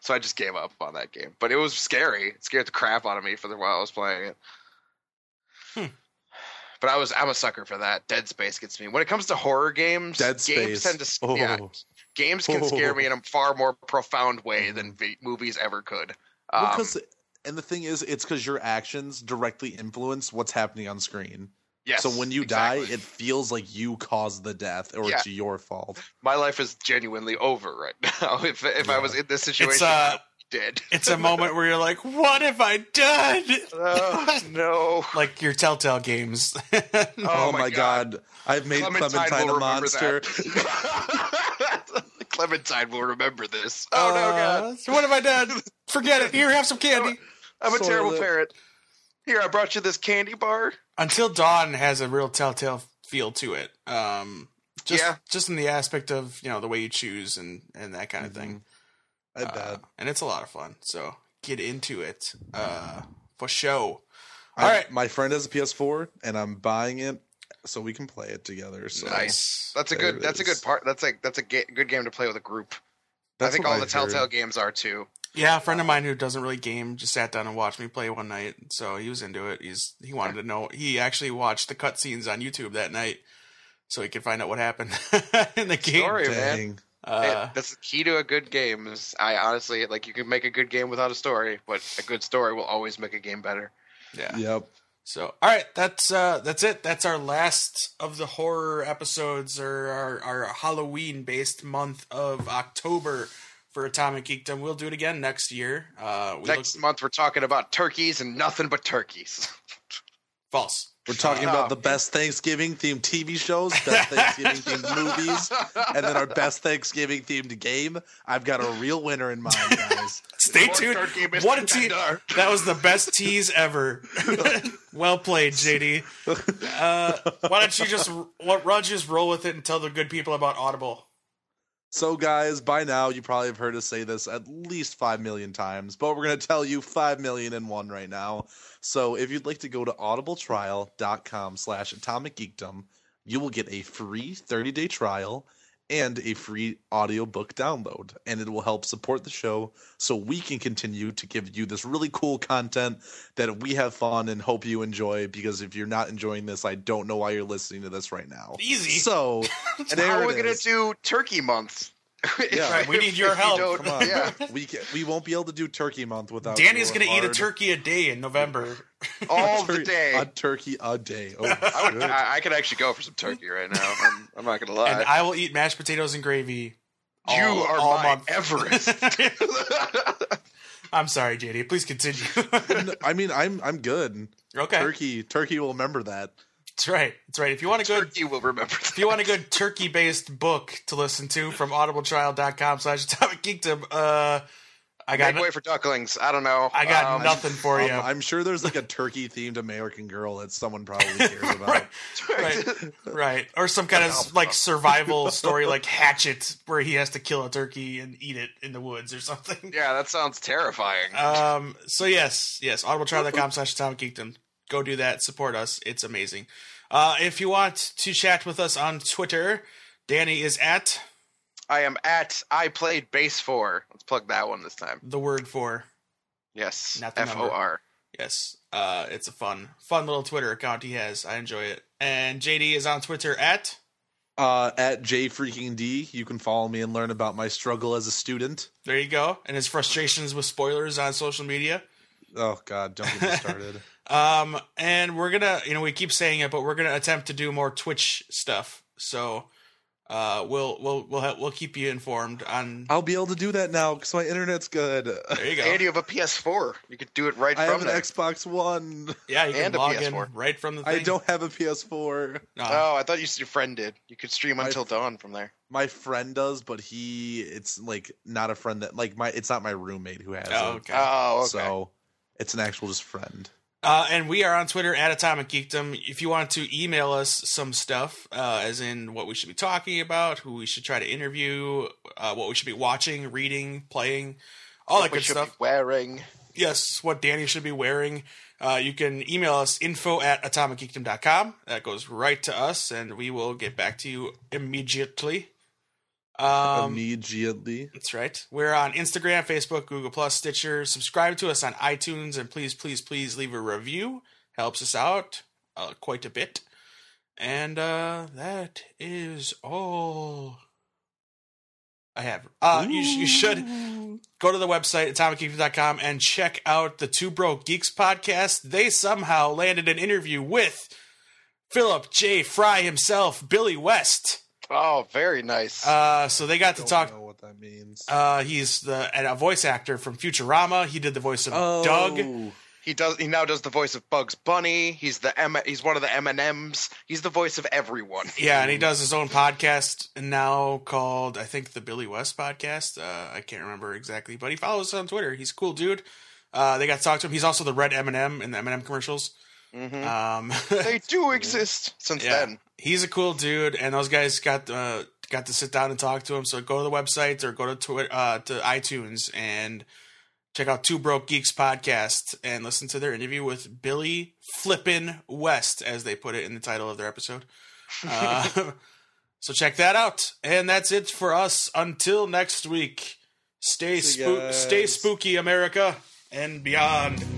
[SPEAKER 4] so I just gave up on that game. But it was scary. It scared the crap out of me for the while I was playing it.
[SPEAKER 2] Hmm.
[SPEAKER 4] But I was I'm a sucker for that. Dead Space gets me. When it comes to horror games,
[SPEAKER 3] Dead Space.
[SPEAKER 4] games tend to s-
[SPEAKER 3] oh,
[SPEAKER 4] yeah, games can scare me
[SPEAKER 3] Oh.
[SPEAKER 4] in a far more profound way
[SPEAKER 3] Mm-hmm.
[SPEAKER 4] than vi- movies ever could. Um,
[SPEAKER 3] because and the thing is, it's because your actions directly influence what's happening on screen.
[SPEAKER 4] yes,
[SPEAKER 3] so when you
[SPEAKER 4] exactly.
[SPEAKER 3] die, it feels like you caused the death, or
[SPEAKER 4] Yeah.
[SPEAKER 3] it's your fault.
[SPEAKER 4] my life is genuinely over right now. If if I was in this situation,
[SPEAKER 2] it's
[SPEAKER 3] uh,
[SPEAKER 2] a
[SPEAKER 4] I'm dead.
[SPEAKER 2] it's a moment where you're like, "What have I done?"
[SPEAKER 4] Oh, no.
[SPEAKER 2] Like your Telltale games.
[SPEAKER 3] Oh, my god. I've made Clementine, a monster.
[SPEAKER 4] that. Clementine will remember this. Oh no,
[SPEAKER 2] Uh,
[SPEAKER 4] God!
[SPEAKER 2] so what have I done? Forget it. Here, have some candy.
[SPEAKER 4] I'm a
[SPEAKER 3] so
[SPEAKER 4] terrible
[SPEAKER 3] the-
[SPEAKER 4] parent. Here, I brought you this candy bar.
[SPEAKER 2] Until Dawn has a real Telltale feel to it. Um, just,
[SPEAKER 4] Yeah.
[SPEAKER 2] just in the aspect of you know the way you choose and and that kind of thing.
[SPEAKER 3] I
[SPEAKER 2] Uh,
[SPEAKER 3] bet.
[SPEAKER 2] and it's a lot of fun. So get into it uh, for show.
[SPEAKER 3] I-
[SPEAKER 2] all right.
[SPEAKER 3] My friend has a PS4 and I'm buying it so we can play it together. So
[SPEAKER 2] Nice.
[SPEAKER 4] That's a
[SPEAKER 3] There
[SPEAKER 4] good.
[SPEAKER 3] it
[SPEAKER 4] That's a
[SPEAKER 3] is.
[SPEAKER 4] good part. That's like that's a ga- good game to play with a group. I
[SPEAKER 3] That's
[SPEAKER 4] think
[SPEAKER 3] what
[SPEAKER 4] all the
[SPEAKER 3] heard.
[SPEAKER 4] Telltale games are too.
[SPEAKER 2] Yeah, a friend of mine who doesn't really game just sat down and watched me play one night, so he was into it. He's he wanted to know. He actually watched the cutscenes on YouTube that night, so he could find out what happened in the game.
[SPEAKER 4] Story, man.
[SPEAKER 3] Dang.
[SPEAKER 2] Uh,
[SPEAKER 4] It- that's the key to a good game. Is I honestly like you can make a good game without a story, but a good story will always make a game better.
[SPEAKER 2] yeah.
[SPEAKER 3] Yep.
[SPEAKER 2] So, all right, that's uh, that's it. That's our last of the horror episodes, or our, our Halloween-based month of October for Atomic Geekdom. We'll do it again next year. Uh, we
[SPEAKER 4] Next
[SPEAKER 2] look,
[SPEAKER 4] month we're talking about turkeys and nothing but turkeys.
[SPEAKER 2] false.
[SPEAKER 3] We're talking
[SPEAKER 4] Shut
[SPEAKER 3] about
[SPEAKER 4] up.
[SPEAKER 3] the best Thanksgiving themed TV shows, best Thanksgiving themed movies, and then our best Thanksgiving themed game. I've got a real winner in mind, guys.
[SPEAKER 2] Stay
[SPEAKER 4] More
[SPEAKER 2] tuned.
[SPEAKER 4] turkey, Mr.
[SPEAKER 2] What a tease!
[SPEAKER 4] Tender.
[SPEAKER 2] That was the best tease ever. well played, JD. Uh, why don't you just why don't you just roll with it and tell the good people about Audible?
[SPEAKER 3] So, guys, by now you probably have heard us say this at least 5 million times, but we're going to tell you 5 million and one right now. So, if you'd like to go to audibletrial.com slash atomicgeekdom, you will get a free 30 day trial and a free audiobook download. And it will help support the show so we can continue to give you this really cool content that we have fun and hope you enjoy. Because if you're not enjoying this, I don't know why you're listening to this right now.
[SPEAKER 2] Easy.
[SPEAKER 3] So,
[SPEAKER 4] And how
[SPEAKER 3] it
[SPEAKER 4] are we going to
[SPEAKER 3] is.
[SPEAKER 4] do turkey month?
[SPEAKER 3] Yeah.
[SPEAKER 2] Right, we need your
[SPEAKER 4] If you
[SPEAKER 2] help.
[SPEAKER 4] don't-
[SPEAKER 3] Come on.
[SPEAKER 4] Yeah.
[SPEAKER 3] We can, we won't be able to do Turkey Month without.
[SPEAKER 2] Danny's
[SPEAKER 3] your
[SPEAKER 2] gonna eat a
[SPEAKER 3] hard-
[SPEAKER 2] turkey a day in November.
[SPEAKER 4] All
[SPEAKER 3] tur-
[SPEAKER 4] the day.
[SPEAKER 3] A turkey a day. Oh,
[SPEAKER 4] I, would,
[SPEAKER 3] good.
[SPEAKER 4] I, I could actually go for some turkey right now. I'm, I'm not gonna lie.
[SPEAKER 2] and I will eat mashed potatoes and gravy.
[SPEAKER 4] you
[SPEAKER 2] all-
[SPEAKER 4] are
[SPEAKER 2] all
[SPEAKER 4] my
[SPEAKER 2] month.
[SPEAKER 4] Everest.
[SPEAKER 2] I'm sorry, JD. Please continue.
[SPEAKER 3] No, I mean, I'm I'm good.
[SPEAKER 2] okay,
[SPEAKER 3] Turkey, Turkey will remember that.
[SPEAKER 2] that's right. That's right. If you want a good,
[SPEAKER 4] turkey will remember. That.
[SPEAKER 2] if you want a good turkey-based book to listen to from audibletrial.com/slash Atomic Geekdom, uh, I got
[SPEAKER 4] Make
[SPEAKER 2] no-
[SPEAKER 4] way for ducklings. I don't know.
[SPEAKER 2] I got
[SPEAKER 4] Um,
[SPEAKER 2] nothing for you.
[SPEAKER 3] Um, I'm sure there's like a turkey themed American girl that someone probably cares about.
[SPEAKER 2] right, right, right, or some kind of like survival story, like Hatchet, where he has to kill a turkey and eat it in the woods or something.
[SPEAKER 4] Yeah, that sounds terrifying.
[SPEAKER 2] Um. So yes, yes. audibletrial.com slash Atomic Geekdom. Go do that. Support us. It's amazing. Uh, if you want to chat with us on Twitter, Danny is at
[SPEAKER 4] I am at I played base four. Let's plug that one this time.
[SPEAKER 2] the word for
[SPEAKER 4] Yes.
[SPEAKER 2] Not the
[SPEAKER 4] F O R.
[SPEAKER 2] yes. Uh, it's a fun, fun little Twitter account he has. I enjoy it. And JD is on Twitter at
[SPEAKER 3] Uh, at J freaking D, you can follow me and learn about my struggle as a student.
[SPEAKER 2] there you go, and his frustrations with spoilers on social media.
[SPEAKER 3] Oh God, don't get me started.
[SPEAKER 2] Um, and we're gonna, you know, we keep saying it, but we're gonna attempt to do more Twitch stuff. So, uh, we'll we'll we'll ha- we'll keep you informed on.
[SPEAKER 3] I'll be able to do that now because my internet's good.
[SPEAKER 2] There you go.
[SPEAKER 4] And you have a PS4. You could do it right
[SPEAKER 3] I have
[SPEAKER 4] from
[SPEAKER 3] an
[SPEAKER 4] there.
[SPEAKER 3] Xbox One.
[SPEAKER 2] Yeah, you can
[SPEAKER 4] And a
[SPEAKER 2] log in
[SPEAKER 4] PS4.
[SPEAKER 2] right from the thing.
[SPEAKER 3] I don't have a PS4.
[SPEAKER 2] No.
[SPEAKER 4] oh, I thought you said your friend did. You could stream
[SPEAKER 3] Uh-huh. I-
[SPEAKER 4] until dawn from there.
[SPEAKER 3] My friend does, but he it's like not a friend that like my it's not my roommate who has
[SPEAKER 2] Oh,
[SPEAKER 3] it.
[SPEAKER 2] okay.
[SPEAKER 4] Oh, okay.
[SPEAKER 3] So it's an actual just friend.
[SPEAKER 2] Uh, and we are on Twitter at Atomic Geekdom. If you want to email us some stuff, uh, as in what we should be talking about, who we should try to interview, uh, what we should be watching, reading, playing, all that
[SPEAKER 4] we
[SPEAKER 2] good
[SPEAKER 4] should
[SPEAKER 2] stuff.
[SPEAKER 4] be wearing.
[SPEAKER 2] yes, what Danny should be wearing. Uh, you can email us info at atomicgeekdom.com. That goes right to us, and we will get back to you immediately. Um,
[SPEAKER 3] Immediately.
[SPEAKER 2] that's right. We're on Instagram, Facebook, Google Plus, Stitcher. Subscribe to us on iTunes, and please, please, please leave a review. Helps us out uh, quite a bit. And uh, that is all I have. Uh, you, sh- you should go to the website atomicgeekdom.com and check out the Two Broke Geeks podcast. They somehow landed an interview with Philip J. Fry himself, Billy West.
[SPEAKER 4] Oh, very nice.
[SPEAKER 2] Uh, so they got to
[SPEAKER 3] Don't
[SPEAKER 2] talk.
[SPEAKER 3] know what that means.
[SPEAKER 2] Uh, he's the and a voice actor from Futurama. He did the voice of Uh,
[SPEAKER 3] Oh.
[SPEAKER 2] Doug.
[SPEAKER 4] he does. He now does the voice of Bugs Bunny. He's the M. He's one of the M and M's. He's the voice of everyone.
[SPEAKER 2] Yeah, and he does his own podcast now called I think the Billy West podcast. Uh, I can't remember exactly, but he follows us on Twitter. He's a cool dude. Uh, they got to talk to him. He's also the red M&M in the M&M commercials.
[SPEAKER 4] Mhm.
[SPEAKER 2] Um,
[SPEAKER 4] they do exist since
[SPEAKER 2] Yeah.
[SPEAKER 4] then.
[SPEAKER 2] he's a cool dude, and those guys got uh, got to sit down and talk to him. So go to the website or go to Twitter, uh, to iTunes and check out Two Broke Geeks podcast and listen to their interview with Billy Flippin West, as they put it in the title of their episode. Uh, so check that out, and that's it for us. Until next week, stay
[SPEAKER 3] See
[SPEAKER 2] spoo-
[SPEAKER 3] ya
[SPEAKER 2] stay
[SPEAKER 3] guys.
[SPEAKER 2] spooky, America, and beyond.